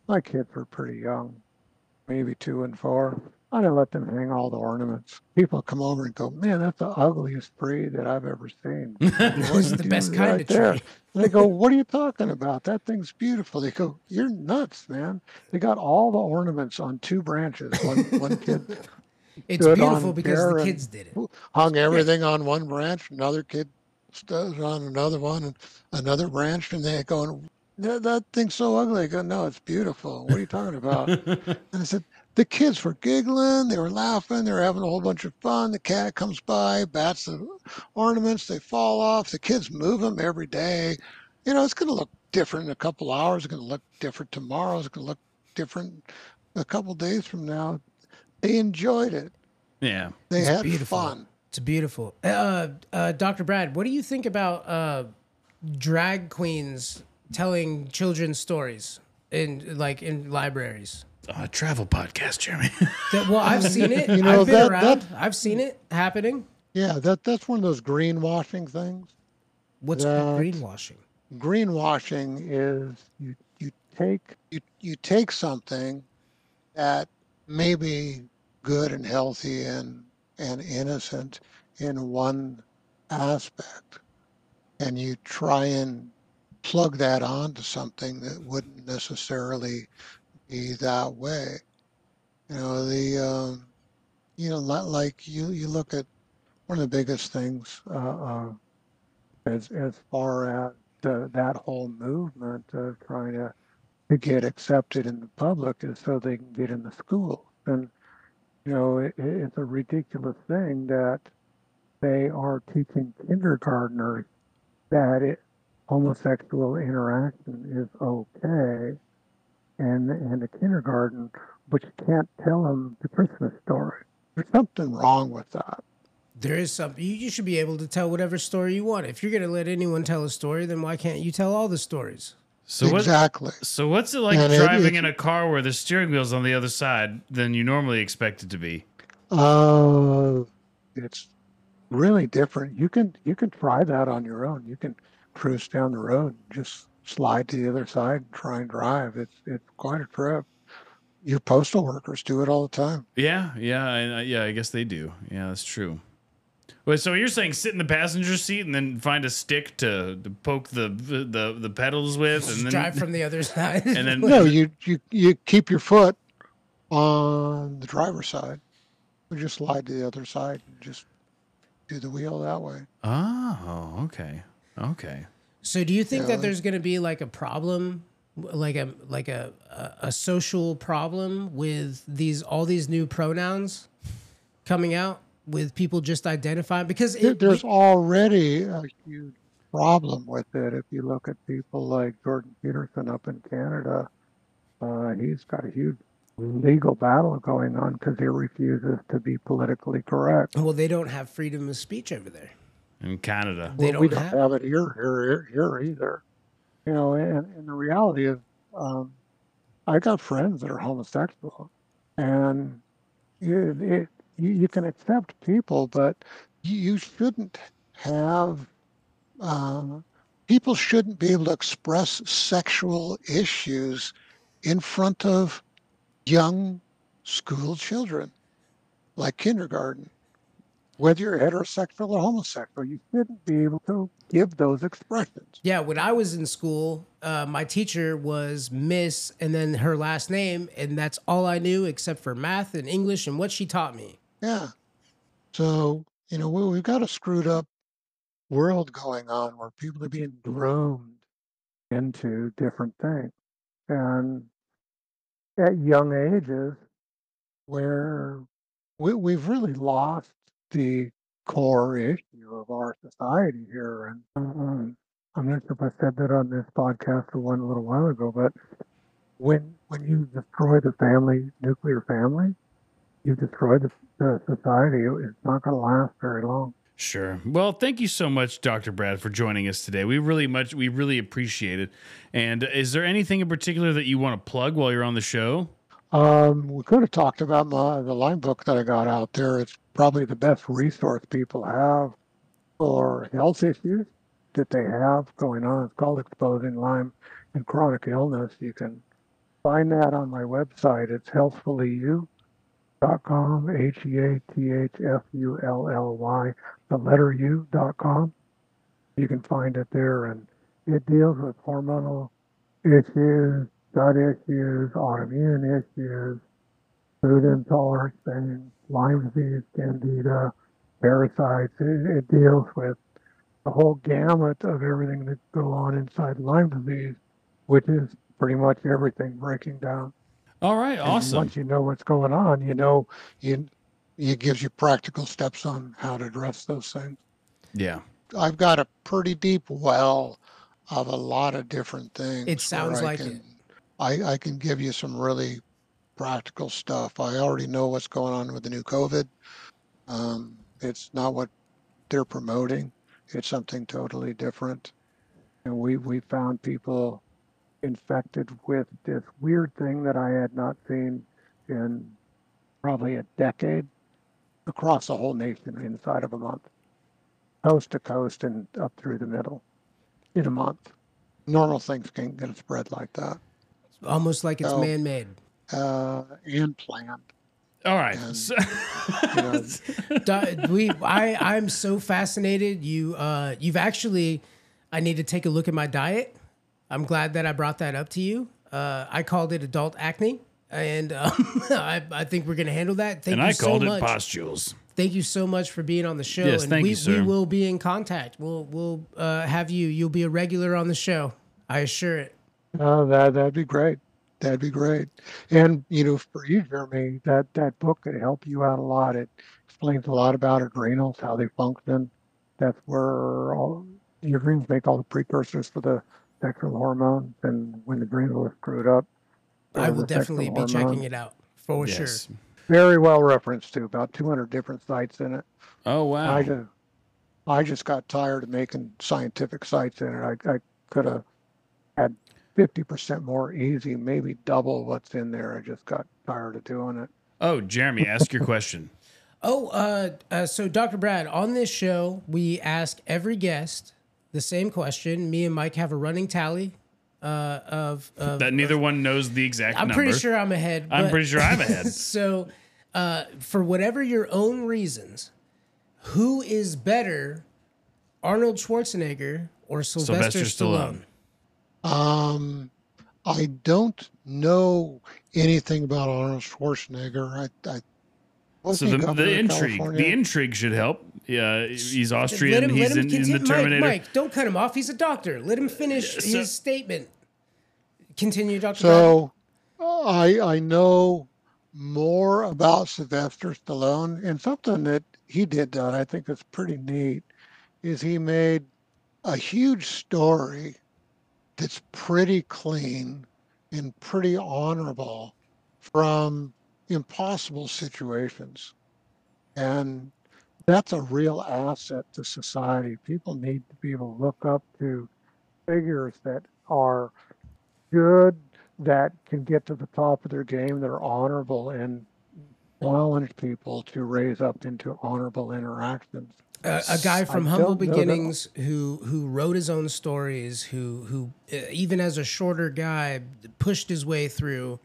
Speaker 5: My kids were pretty young, maybe two and four. I didn't let them hang all the ornaments. People come over and go, man, that's the ugliest tree that I've ever seen.
Speaker 2: This
Speaker 5: What
Speaker 2: is
Speaker 5: you
Speaker 2: the
Speaker 5: do
Speaker 2: best kind
Speaker 5: right
Speaker 2: of
Speaker 5: there.
Speaker 2: tree.
Speaker 5: And they go, What are you talking about? That thing's beautiful. They go, You're nuts, man. They got all the ornaments on two branches. One, one kid
Speaker 2: It's
Speaker 5: Good
Speaker 2: beautiful
Speaker 5: on
Speaker 2: because
Speaker 5: there
Speaker 2: the
Speaker 5: and-
Speaker 2: kids did it.
Speaker 5: hung everything on one branch, another kid stood on another one, and another branch, and they're going, that, that thing's so ugly. I go, No, it's beautiful. What are you talking about? And I said, the kids were giggling, they were laughing, they were having a whole bunch of fun. The cat comes by, bats the ornaments, they fall off. The kids move them every day. You know, it's going to look different in a couple hours. It's going to look different tomorrow. It's going to look different a couple days from now. They enjoyed it.
Speaker 1: yeah.
Speaker 5: They
Speaker 2: It's
Speaker 5: had
Speaker 2: beautiful.
Speaker 5: fun.
Speaker 2: It's beautiful. Uh, uh, Dr. Brad, what do you think about uh, drag queens telling children stories in like in libraries?
Speaker 1: Oh, a travel podcast, Jeremy.
Speaker 2: That, well, I've seen it.
Speaker 5: You know,
Speaker 2: I've been
Speaker 5: that-
Speaker 2: around.
Speaker 5: that-
Speaker 2: I've seen it happening.
Speaker 5: Yeah, that that's one of those greenwashing things.
Speaker 2: What's
Speaker 5: That-
Speaker 2: greenwashing?
Speaker 5: greenwashing is you you take you, you take something that may be good and healthy and and innocent in one aspect and you try and plug that onto something that wouldn't necessarily be that way you know the um, you know li- like you you look at one of the biggest things uh, uh, as as far as the, that whole movement of trying to, to get accepted in the public is so they can get in the schools. And you know, it, it- it's a ridiculous thing that they are teaching kindergartners that it, homosexual interaction is okay, and and a kindergarten, but you can't tell them the Christmas story. There's something wrong with that.
Speaker 2: There is something you, you should be able to tell whatever story you want. If you're going to let anyone tell a story, then why can't you tell all the stories?
Speaker 1: So what?
Speaker 5: exactly.
Speaker 1: So what's it like
Speaker 5: And it-
Speaker 1: driving
Speaker 5: it-
Speaker 1: in a car where the steering wheel's on the other side than you normally expect it to be?
Speaker 5: Uh, it's really different. You can you can try that on your own. You can cruise down the road, just slide to the other side, and try and drive. It's it's quite a trip. Your postal workers do it all the time.
Speaker 1: Yeah, yeah, I, I- yeah. I guess they do. Yeah, that's true. Wait, so you're saying sit in the passenger seat and then find a stick to, to poke the, the the pedals with,
Speaker 2: Just
Speaker 1: and then
Speaker 2: drive from the other side.
Speaker 1: and then
Speaker 5: No, you you you keep your foot on the driver's side. You just slide to the other side and just do the wheel that way.
Speaker 1: oh, okay, okay.
Speaker 2: So do you think that
Speaker 5: Yeah.
Speaker 2: there's going to be like a problem like a like a, a a social problem with these all these new pronouns coming out with people just identifying because
Speaker 5: There-
Speaker 2: it,
Speaker 5: there's already a huge problem with it. If you look at people like Jordan Peterson up in Canada, uh, he's got a huge legal battle going on because he refuses to be politically correct.
Speaker 2: well they don't have freedom of speech over there.
Speaker 1: In Canada,
Speaker 2: They
Speaker 5: we
Speaker 2: don't
Speaker 5: don't
Speaker 2: have-
Speaker 5: have it here, here, here, here either. You know, and, and the reality is, um, I got friends that are homosexual, and you, it, you, you can accept people, but you, you shouldn't have um, people shouldn't be able to express sexual issues in front of young school children, like kindergarten. Whether you're heterosexual or homosexual, you shouldn't be able to give those expressions.
Speaker 2: Yeah, when I was in school, uh, my teacher was Miss and then her last name and that's all I knew except for math and English and what she taught me.
Speaker 5: Yeah. So, you know, we, we've got a screwed up
Speaker 7: world going on where people are being groomed.
Speaker 5: into different things. And at young ages, where we, we've really lost the core issue of our society here. And um, I'm not sure if I said that on this podcast or one a little while ago, but when when you destroy the family, nuclear family, you destroy the, the society. It- It's not going to last very long.
Speaker 1: Sure. Well, thank you so much, Dr. Brad, for joining us today. We really much we really appreciate it. And is there anything in particular that you want to plug while you're on the show?
Speaker 5: Um,
Speaker 7: We could have talked about my, the line book that I got out there. It's probably the best
Speaker 5: resource people have for health issues that they have going on. It's called Exposing Lyme and Chronic Illness. You can find that on my website. It's healthfullyu.com, H E A T H F U L L Y, the letter U dot com. You can find it there, and it deals with hormonal issues, gut issues, autoimmune issues, food intolerance things, Lyme disease, candida parasites. It, it deals with the whole gamut of everything that go on inside Lyme disease, which is pretty much everything breaking down.
Speaker 1: All right,
Speaker 5: And
Speaker 1: awesome.
Speaker 5: once you know what's going on, you know
Speaker 7: you it gives you practical steps on how to address those things.
Speaker 1: Yeah.
Speaker 7: I've got a pretty deep well of a lot of different things. where
Speaker 2: sounds
Speaker 7: I
Speaker 2: like
Speaker 7: can,
Speaker 2: it.
Speaker 7: I, I can give you some really practical stuff. I already know what's going on with the new COVID. Um, it's not what they're promoting. It's something totally different.
Speaker 5: and we we found people infected with this weird thing that I had not seen in probably a decade across the whole nation inside of a month, coast to coast and up through the middle in a month.
Speaker 7: Normal things can get spread like that,
Speaker 2: Almost like it's
Speaker 7: Oh.
Speaker 2: man made.
Speaker 7: uh, and planned.
Speaker 1: All right.
Speaker 2: Um,
Speaker 7: And,
Speaker 1: So-
Speaker 7: You know,
Speaker 2: Do- we, I, I'm so fascinated. You, uh, you've actually, I need to take a look at my diet. I'm glad that I brought that up to you. Uh, I called it adult acne, and um, I, I think we're gonna handle that. Thank
Speaker 1: and
Speaker 2: you
Speaker 1: I
Speaker 2: so
Speaker 1: called it
Speaker 2: much.
Speaker 1: postules.
Speaker 2: Thank you so much for being on the show.
Speaker 1: Yes,
Speaker 2: and
Speaker 1: thank
Speaker 2: we,
Speaker 1: you, sir.
Speaker 2: we will be in contact. We'll, we'll uh, have you. You'll be a regular on the show. I assure it.
Speaker 5: Oh, that that'd be great.
Speaker 7: that'd be great.
Speaker 5: And you know, for you, Jeremy, that that book could help you out a lot. It explains a lot about adrenals, how they function. That's where all the adrenals make all the precursors for the sexual hormones, and when the adrenals are screwed up, uh,
Speaker 2: I will definitely be checking it out for
Speaker 1: Yes.
Speaker 2: sure.
Speaker 5: Very well referenced to about 200 different sites in it.
Speaker 1: Oh wow.
Speaker 5: I just
Speaker 7: I just got tired of making scientific sites in it. I, I could have
Speaker 5: 50% more easy, maybe double what's in there. I just got tired of doing it.
Speaker 1: oh, Jeremy, ask your question.
Speaker 2: Oh, uh, uh, so Dr. Brad, on this show, we ask every guest the same question. Me and Mike have a running tally uh, of. of
Speaker 1: That neither one knows the exact
Speaker 2: I'm
Speaker 1: number.
Speaker 2: pretty sure I'm ahead.
Speaker 1: I'm
Speaker 2: but-
Speaker 1: pretty sure I'm ahead.
Speaker 2: so, uh, for whatever your own reasons, who is better, Arnold Schwarzenegger or Sylvester,
Speaker 1: Sylvester
Speaker 2: Stallone?
Speaker 1: Stallone.
Speaker 7: Um, I don't know anything about Arnold Schwarzenegger. I, I
Speaker 1: so
Speaker 7: wasn't
Speaker 1: the,
Speaker 7: he governor
Speaker 1: the
Speaker 7: of
Speaker 1: intrigue, the
Speaker 7: California?
Speaker 1: intrigue should help. Yeah, he's
Speaker 2: Let
Speaker 1: Austrian.
Speaker 2: him- let
Speaker 1: he's
Speaker 2: him
Speaker 1: in, in the
Speaker 2: continue- Mike,
Speaker 1: Terminator.
Speaker 2: Mike, don't cut him off. He's a doctor. Let him finish
Speaker 1: so-
Speaker 2: his statement. Continue, Dr. Brad.
Speaker 7: so oh, I I know more about Sylvester Stallone and something that he did that I think is pretty neat is he made a huge story that's pretty clean and pretty honorable from impossible situations. And
Speaker 5: that's a real asset to society. People need to be able to look up to figures that are good, that can get to the top of their game, that are honorable, and challenge people to raise up into honorable interactions.
Speaker 2: a, a guy from
Speaker 5: I
Speaker 2: humble
Speaker 5: don't know that-
Speaker 2: beginnings who who wrote his own stories, who who uh, even as a shorter guy pushed his way through.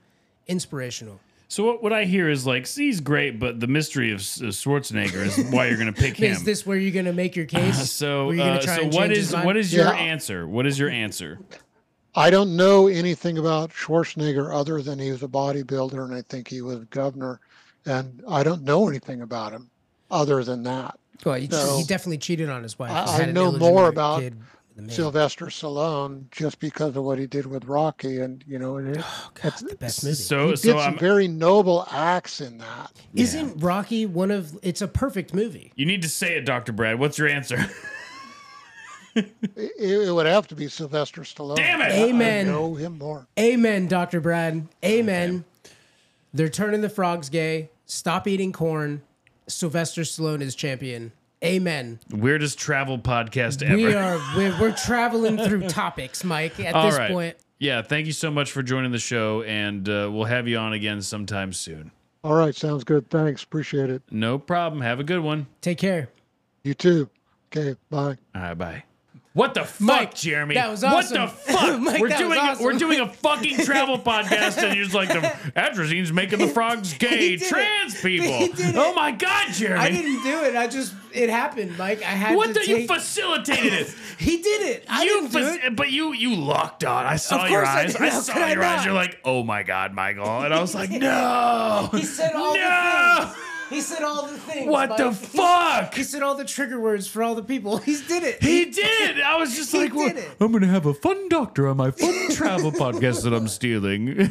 Speaker 2: Inspirational.
Speaker 1: So what, what I hear is like, see, he's great, but the mystery of S- Schwarzenegger is why you're going to pick
Speaker 2: Is
Speaker 1: him.
Speaker 2: this where you're going to make your case?
Speaker 1: so,
Speaker 2: Were you gonna
Speaker 1: uh,
Speaker 2: try
Speaker 1: so
Speaker 2: and
Speaker 1: what
Speaker 2: change his
Speaker 1: is
Speaker 2: mind?
Speaker 1: what is your
Speaker 7: Yeah.
Speaker 1: answer? What is your answer?
Speaker 7: I don't know anything about Schwarzenegger other than he was a bodybuilder and I think he was governor. And I don't know anything about him other than that.
Speaker 2: Well, he,
Speaker 5: So-
Speaker 2: he definitely cheated on his wife.
Speaker 5: I-
Speaker 2: He's
Speaker 5: I
Speaker 2: had an
Speaker 5: know more
Speaker 2: illegitimate
Speaker 5: about
Speaker 2: kid with a man.
Speaker 5: Sylvester Stallone just because of what he did with Rocky, and you know, it,
Speaker 2: Oh, God, the best movie.
Speaker 5: he
Speaker 1: So
Speaker 5: did
Speaker 1: so um,
Speaker 5: some
Speaker 1: I'm,
Speaker 5: very noble acts in that.
Speaker 2: Isn't Rocky one of? It's a perfect movie.
Speaker 1: you need to say it, Doctor Brad. What's your answer?
Speaker 5: It, it would have to be Sylvester Stallone.
Speaker 1: Damn it!
Speaker 5: I-
Speaker 2: Amen.
Speaker 5: I know him more.
Speaker 2: Amen, Dr. Brad. Amen. They're turning the frogs gay. Stop eating corn. Sylvester Stallone is champion. Amen.
Speaker 1: Weirdest travel podcast ever.
Speaker 2: We are we're, we're traveling through topics, Mike. At
Speaker 1: All
Speaker 2: this
Speaker 1: right.
Speaker 2: point,
Speaker 1: Yeah, thank you so much for joining the show, and uh, we'll have you on again sometime soon.
Speaker 5: All right, sounds good. Thanks, appreciate it.
Speaker 1: No problem. Have a good one.
Speaker 2: take care,
Speaker 5: You too. Okay, bye.
Speaker 1: All right, bye. What the fuck,
Speaker 2: Mike,
Speaker 1: Jeremy?
Speaker 2: that was
Speaker 1: What
Speaker 2: awesome.
Speaker 1: the fuck?
Speaker 2: Mike,
Speaker 1: we're
Speaker 2: that was
Speaker 1: doing
Speaker 2: awesome.
Speaker 1: we're doing a fucking travel podcast, and you're just like the atrazine's making the frogs gay,
Speaker 2: did it.
Speaker 1: trans people.
Speaker 2: He did
Speaker 1: Oh
Speaker 2: it.
Speaker 1: my god,
Speaker 2: I
Speaker 1: Jeremy!
Speaker 2: didn't do it. I just it happened, Mike. I had
Speaker 1: What
Speaker 2: to
Speaker 1: the? You
Speaker 2: take.
Speaker 1: facilitated it.
Speaker 2: he did it. I
Speaker 1: you
Speaker 2: didn't do
Speaker 1: faci-
Speaker 2: it.
Speaker 1: but you you locked on. I saw
Speaker 2: Of
Speaker 1: your
Speaker 2: course I
Speaker 1: eyes.
Speaker 2: did.
Speaker 1: I,
Speaker 2: How
Speaker 1: saw
Speaker 2: could I
Speaker 1: your eyes.
Speaker 2: not?
Speaker 1: You're like, oh my god, Michael, and I was like, no.
Speaker 2: He said all the
Speaker 1: No!
Speaker 2: things. He said all the things.
Speaker 1: What
Speaker 2: Mike.
Speaker 1: the
Speaker 2: He-
Speaker 1: fuck?
Speaker 2: He said all the trigger words for all the people. He's did it.
Speaker 1: He did. I was just like,
Speaker 2: did
Speaker 1: "Well,
Speaker 2: it.
Speaker 1: I'm gonna have a fun doctor on my fun travel podcast that I'm stealing.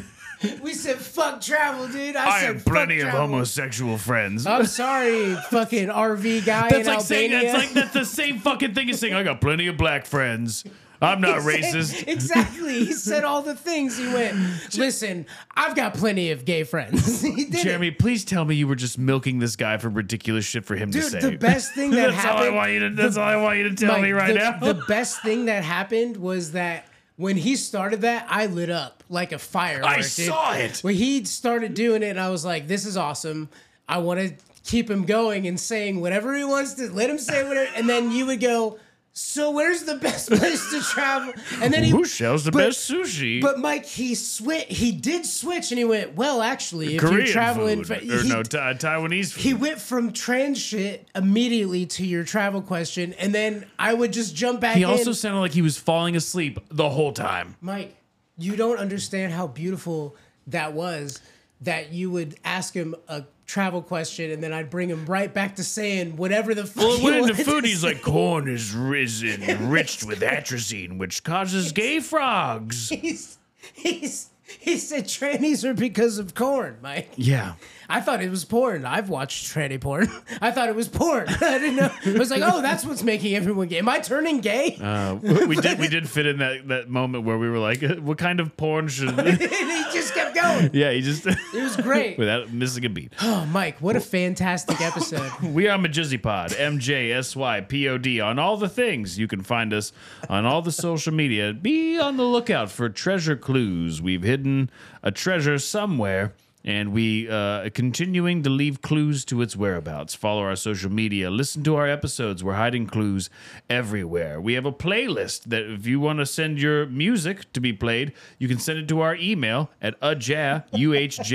Speaker 2: We said fuck travel, dude. I,
Speaker 1: I
Speaker 2: said
Speaker 1: have plenty
Speaker 2: fuck
Speaker 1: of
Speaker 2: travel.
Speaker 1: homosexual friends.
Speaker 2: I'm sorry, fucking RV guy
Speaker 1: that's
Speaker 2: in
Speaker 1: like saying
Speaker 2: Albania.
Speaker 1: that's like that's the same fucking thing as saying I got plenty of black friends. I'm not racist.
Speaker 2: Exactly. He said all the things. He went, listen, I've got plenty of gay friends. he did. it.
Speaker 1: Jeremy, please tell me you were just milking this guy for ridiculous shit for him to
Speaker 2: Dude,
Speaker 1: say.
Speaker 2: the best thing that
Speaker 1: that's all I
Speaker 2: happened-
Speaker 1: want you to. That's all I want you to tell
Speaker 2: Mike,
Speaker 1: me right
Speaker 2: the,
Speaker 1: now.
Speaker 2: The best thing that happened was that when he started that, I lit up like a firework.
Speaker 1: I
Speaker 2: dude.
Speaker 1: saw it.
Speaker 2: When he started doing it, and I was like, this is awesome. I want to keep him going and saying whatever he wants to, let him say whatever. And then you would go, so where's the best place to travel? And then he
Speaker 1: Who sells the
Speaker 2: but-
Speaker 1: best sushi?
Speaker 2: But Mike, he switch. He did switch, and he went. Well, actually, if
Speaker 1: Korean
Speaker 2: you're traveling,
Speaker 1: food,
Speaker 2: fa-
Speaker 1: or
Speaker 2: he,
Speaker 1: no, Ti- Taiwanese food.
Speaker 2: he went from trans shit immediately to your travel question, and then I would just jump back.
Speaker 1: He
Speaker 2: in.
Speaker 1: also sounded like he was falling asleep the whole time.
Speaker 2: Mike, you don't understand how beautiful that was. That you would ask him a travel question, and then I'd bring him right back to saying whatever the fuck.
Speaker 1: Well,
Speaker 2: he
Speaker 1: when in the
Speaker 2: wanted
Speaker 1: food,
Speaker 2: to
Speaker 1: he's
Speaker 2: say.
Speaker 1: like, corn is risen, enriched with atrazine, which causes gay frogs.
Speaker 2: he's, he's, he said trannies are because of corn, Mike.
Speaker 1: Yeah.
Speaker 2: I thought it was porn. I've watched tranny porn. I thought it was porn. I didn't know. I was like, oh, that's what's making everyone gay. Am I turning gay?
Speaker 1: Uh, we we did we did fit in that, that moment where we were like, what kind of porn should.
Speaker 2: and he just kept going.
Speaker 1: yeah, he just.
Speaker 2: It was great.
Speaker 1: without missing a beat.
Speaker 2: Oh, Mike, what a fantastic episode.
Speaker 1: We are Majizzy Pod, M J S Y P O D, on all the things. You can find us on all the social media. Be on the lookout for treasure clues. We've hidden a treasure somewhere, and we uh, are continuing to leave clues to its whereabouts. Follow our social media. Listen to our episodes. We're hiding clues everywhere. We have a playlist that if you want to send your music to be played, you can send it to our email at uhjah,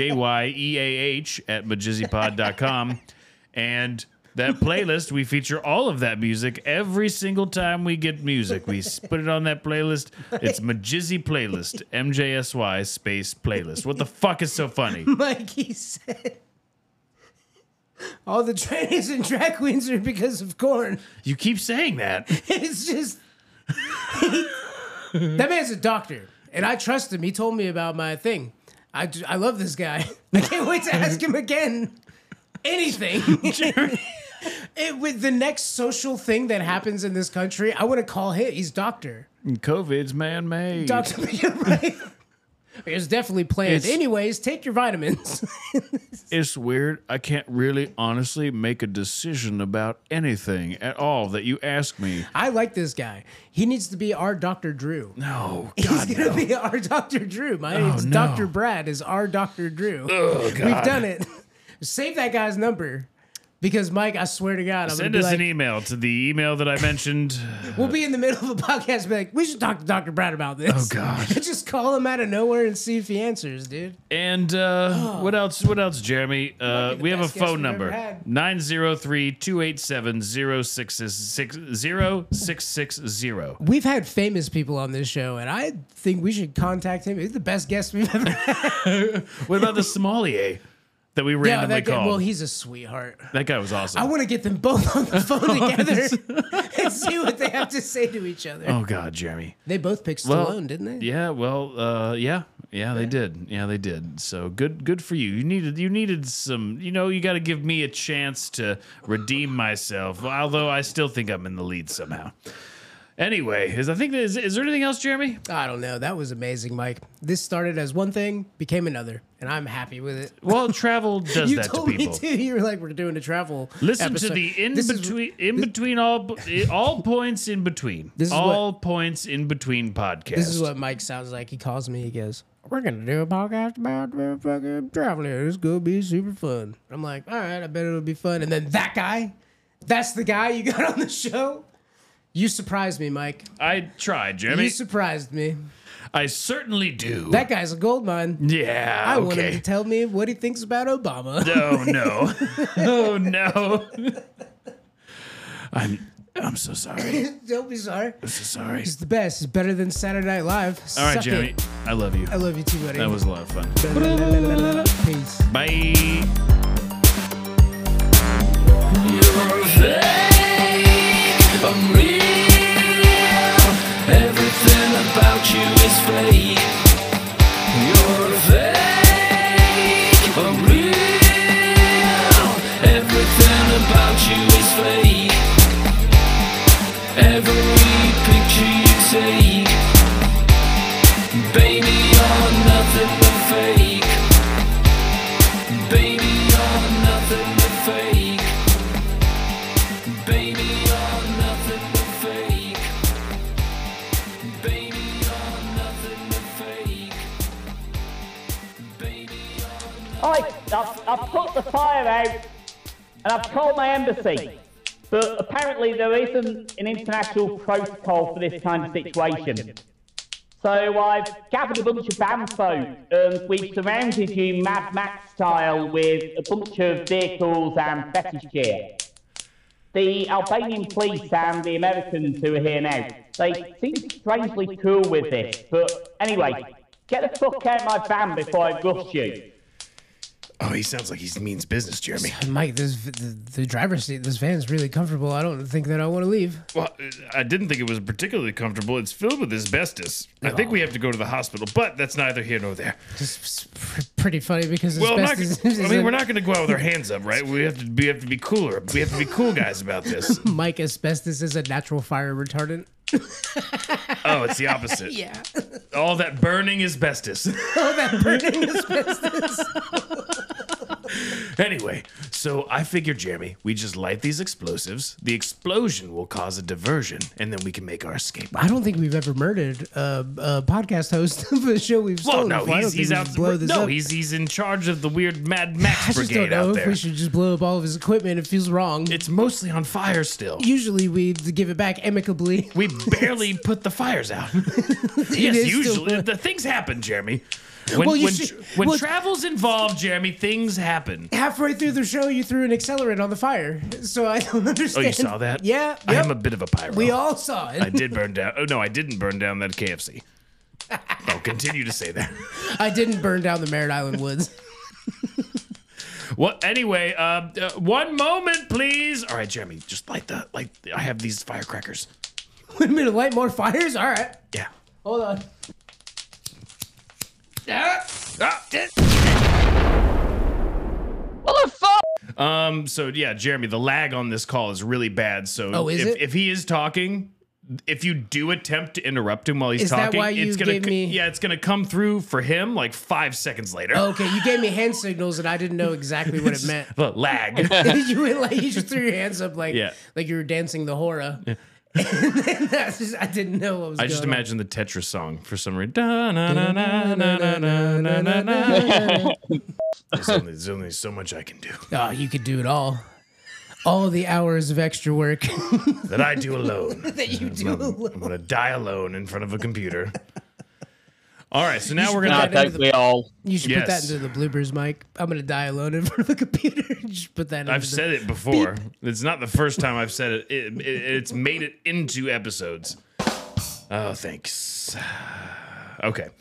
Speaker 1: U-H-J-Y-E-A-H, e at majizzypod.com. And that playlist, we feature all of that music every single time we get music. We s- put it on that playlist. It's Majizzy Playlist, M J S Y space playlist. What the fuck is so funny?
Speaker 2: Mike, he said, all the trannies and drag queens are because of corn.
Speaker 1: You keep saying that.
Speaker 2: It's just. that man's a doctor, and I trust him. He told me about my thing. I, j- I love this guy. I can't wait to ask him again anything. it, with the next social thing that happens in this country, I want to call him. He's doctor.
Speaker 1: COVID's man made.
Speaker 2: Doctor, you're right. It was definitely planned.
Speaker 1: It's-
Speaker 2: Anyways, take your vitamins.
Speaker 1: It's weird. I can't really honestly make a decision about anything at all that you ask me.
Speaker 2: I like this guy. He needs to be our Dr. Drew.
Speaker 1: No.
Speaker 2: Oh, He's gonna be our Dr. Drew. My name's
Speaker 1: no.
Speaker 2: Dr. Brad is our Dr. Drew.
Speaker 1: Oh,
Speaker 2: We've done it. Save that guy's number. Because Mike, I swear to God, I'm
Speaker 1: Send
Speaker 2: gonna
Speaker 1: us
Speaker 2: be
Speaker 1: an
Speaker 2: like,
Speaker 1: email to the email that I mentioned.
Speaker 2: we'll be in the middle of a podcast, and be like, we should talk to Dr. Brad about this. Oh
Speaker 1: God.
Speaker 2: just call him out of nowhere and see if he answers, dude.
Speaker 1: And uh, what else? What else, Jeremy? Uh,
Speaker 2: be the
Speaker 1: we have a
Speaker 2: best guest
Speaker 1: phone
Speaker 2: we've ever
Speaker 1: number
Speaker 2: had.
Speaker 1: 903-287-0660.
Speaker 2: We've had famous people on this show, and I think we should contact him. He's the best guest we've ever had.
Speaker 1: What about the sommelier? that we
Speaker 2: Yeah,
Speaker 1: randomly
Speaker 2: that guy,
Speaker 1: called.
Speaker 2: well, he's a sweetheart.
Speaker 1: that guy was awesome.
Speaker 2: I want to get them both on the phone
Speaker 1: Oh,
Speaker 2: together and see what they have to say to each other.
Speaker 1: oh God, Jeremy.
Speaker 2: They both picked Stallone,
Speaker 1: Well,
Speaker 2: didn't they?
Speaker 1: Yeah, well, uh, yeah, yeah, they did. Yeah, they did. So good, good for you. You needed, you needed some. You know, you got to give me a chance to redeem myself. Although I still think I'm in the lead somehow. Anyway, is I think is, is there anything else, Jeremy?
Speaker 2: I don't know. That was amazing, Mike. This started as one thing, became another, and I'm happy with it.
Speaker 1: Well, travel does
Speaker 2: you
Speaker 1: that to
Speaker 2: told
Speaker 1: people.
Speaker 2: me too. You were like, we're doing a travel.
Speaker 1: Listen to
Speaker 2: episode.
Speaker 1: the in
Speaker 2: This is-
Speaker 1: between, in between all all points in between,
Speaker 2: This is what-
Speaker 1: all points in between podcast.
Speaker 2: This is what Mike sounds like. He calls me. He goes, "We're gonna do a podcast about fucking traveling. It's gonna be super fun." I'm like, "All right, I bet it'll be fun." And then that guy, that's the guy you got on the show. You surprised me, Mike.
Speaker 1: I tried, Jeremy.
Speaker 2: you surprised me.
Speaker 1: I certainly do.
Speaker 2: That guy's a gold mine.
Speaker 1: yeah,
Speaker 2: I
Speaker 1: okay.
Speaker 2: want him to tell me what he thinks about Obama.
Speaker 1: Oh no! oh no! I'm I'm so sorry.
Speaker 2: Don't be sorry.
Speaker 1: I'm so sorry.
Speaker 2: He's the best. He's better than Saturday Night Live.
Speaker 1: All right, Jeremy. I love you.
Speaker 2: I love you too, buddy.
Speaker 1: That was a lot of fun.
Speaker 2: Peace.
Speaker 1: Bye.
Speaker 4: You're fake, unreal. Everything about you is fake. You're fake, unreal. Everything about you is fake. Every picture you take, baby, you're nothing but fake. Baby, you're nothing but fake. Baby, you're nothing but fake. Baby, you're nothing but fake. Baby,
Speaker 8: I, I, I put the fire out and I've called my embassy. But apparently there isn't an international protocol for this kind of situation. So I've gathered a bunch of band folk and we've surrounded you Mad Max style with a bunch of vehicles and fetish gear. The Albanian police and the Americans who are here now, they seem strangely cool with this. But anyway, get the fuck out of my van before I rush you.
Speaker 1: Oh, he sounds like he means business, Jeremy.
Speaker 2: Mike, this v- the, the driver's seat. This van's really comfortable. I don't think that I want to leave.
Speaker 1: Well, I didn't think it was particularly comfortable. It's filled with asbestos. I think we have to go to the hospital, but that's neither here nor there.
Speaker 2: It's pr- pretty funny because
Speaker 1: Well, I'm not,
Speaker 2: asbestos
Speaker 1: gonna- I
Speaker 2: is
Speaker 1: mean,
Speaker 2: a-
Speaker 1: we're not going to go out with our hands up, right? We have to. We have to be cooler. We have to be cool guys about this.
Speaker 2: Mike, asbestos is a natural fire retardant.
Speaker 1: Oh, it's the opposite.
Speaker 2: Yeah,
Speaker 1: All that burning asbestos.
Speaker 2: oh, that burning asbestos.
Speaker 1: Anyway, so I figure, Jeremy, we just light these explosives. The explosion will cause a diversion, and then we can make our escape.
Speaker 2: I don't think we've ever murdered a, a podcast host of a show we've
Speaker 1: Well,
Speaker 2: stolen.
Speaker 1: no,
Speaker 2: before. Oh,
Speaker 1: he's,
Speaker 2: I don't think
Speaker 1: he's
Speaker 2: we
Speaker 1: out.
Speaker 2: should Blow this
Speaker 1: no,
Speaker 2: up.
Speaker 1: he's he's in charge of the weird Mad Max
Speaker 2: I just
Speaker 1: brigade
Speaker 2: don't know
Speaker 1: out
Speaker 2: if
Speaker 1: there.
Speaker 2: we should just blow up all of his equipment. It feels wrong.
Speaker 1: It's mostly on fire still.
Speaker 2: Usually we give it back amicably.
Speaker 1: we barely put the fires out. yes,
Speaker 2: is still
Speaker 1: usually the things happen, Jeremy. When
Speaker 2: Well, you
Speaker 1: when,
Speaker 2: should-
Speaker 1: tr- when
Speaker 2: well-
Speaker 1: travel's involved, Jeremy, things happen.
Speaker 2: halfway through the show, you threw an accelerant on the fire. So I don't
Speaker 1: Oh,
Speaker 2: understand.
Speaker 1: you saw that?
Speaker 2: Yeah.
Speaker 1: I
Speaker 2: yep.
Speaker 1: am a bit of a pyro.
Speaker 2: we all saw it.
Speaker 1: I did burn down. Oh no, I didn't burn down that KFC. I'll Oh, continue to say that.
Speaker 2: I didn't burn down the Merritt Island woods.
Speaker 1: Well, anyway, uh, uh, one moment, please. All right, Jeremy, just light the light. I have these firecrackers.
Speaker 2: Wait a minute, light more fires? All right.
Speaker 1: Yeah.
Speaker 2: Hold on.
Speaker 1: Ah, eh.
Speaker 3: What the fuck?
Speaker 1: Um. So yeah, Jeremy, the lag on this call is really bad. So
Speaker 2: Oh, is
Speaker 1: if,
Speaker 2: it?
Speaker 1: if he is talking, if you do attempt to interrupt him while he's
Speaker 2: Is that
Speaker 1: talking,
Speaker 2: why
Speaker 1: it's
Speaker 2: you
Speaker 1: gonna
Speaker 2: gave
Speaker 1: c-
Speaker 2: me-
Speaker 1: yeah, it's gonna come through for him like five seconds later.
Speaker 2: Okay, you gave me hand signals and I didn't know exactly what it meant.
Speaker 1: The lag.
Speaker 2: you went like you just threw your hands up like
Speaker 1: Yeah.
Speaker 2: like you were dancing the hora. and then that's just, I didn't know what was
Speaker 1: I
Speaker 2: going
Speaker 1: just
Speaker 2: on.
Speaker 1: imagine the Tetris song for some reason. There's only, there's only so much I can do
Speaker 2: Oh, you could do it all. All the hours of extra work.
Speaker 1: that I do alone.
Speaker 2: That you do
Speaker 1: I'm,
Speaker 2: alone.
Speaker 1: I'm gonna die alone in front of a computer. All right, so now
Speaker 2: should
Speaker 1: we're
Speaker 2: put
Speaker 1: gonna.
Speaker 3: No,
Speaker 2: that into
Speaker 3: don't
Speaker 2: the-
Speaker 3: we all?
Speaker 2: You should put that
Speaker 1: Yes.
Speaker 2: into the bloopers, Mike. I'm gonna die alone in front of the computer. Just put that. Into
Speaker 1: I've
Speaker 2: the,
Speaker 1: said it before. It's not the first time I've said it. It, it. It's made it into episodes. Oh, thanks. Okay.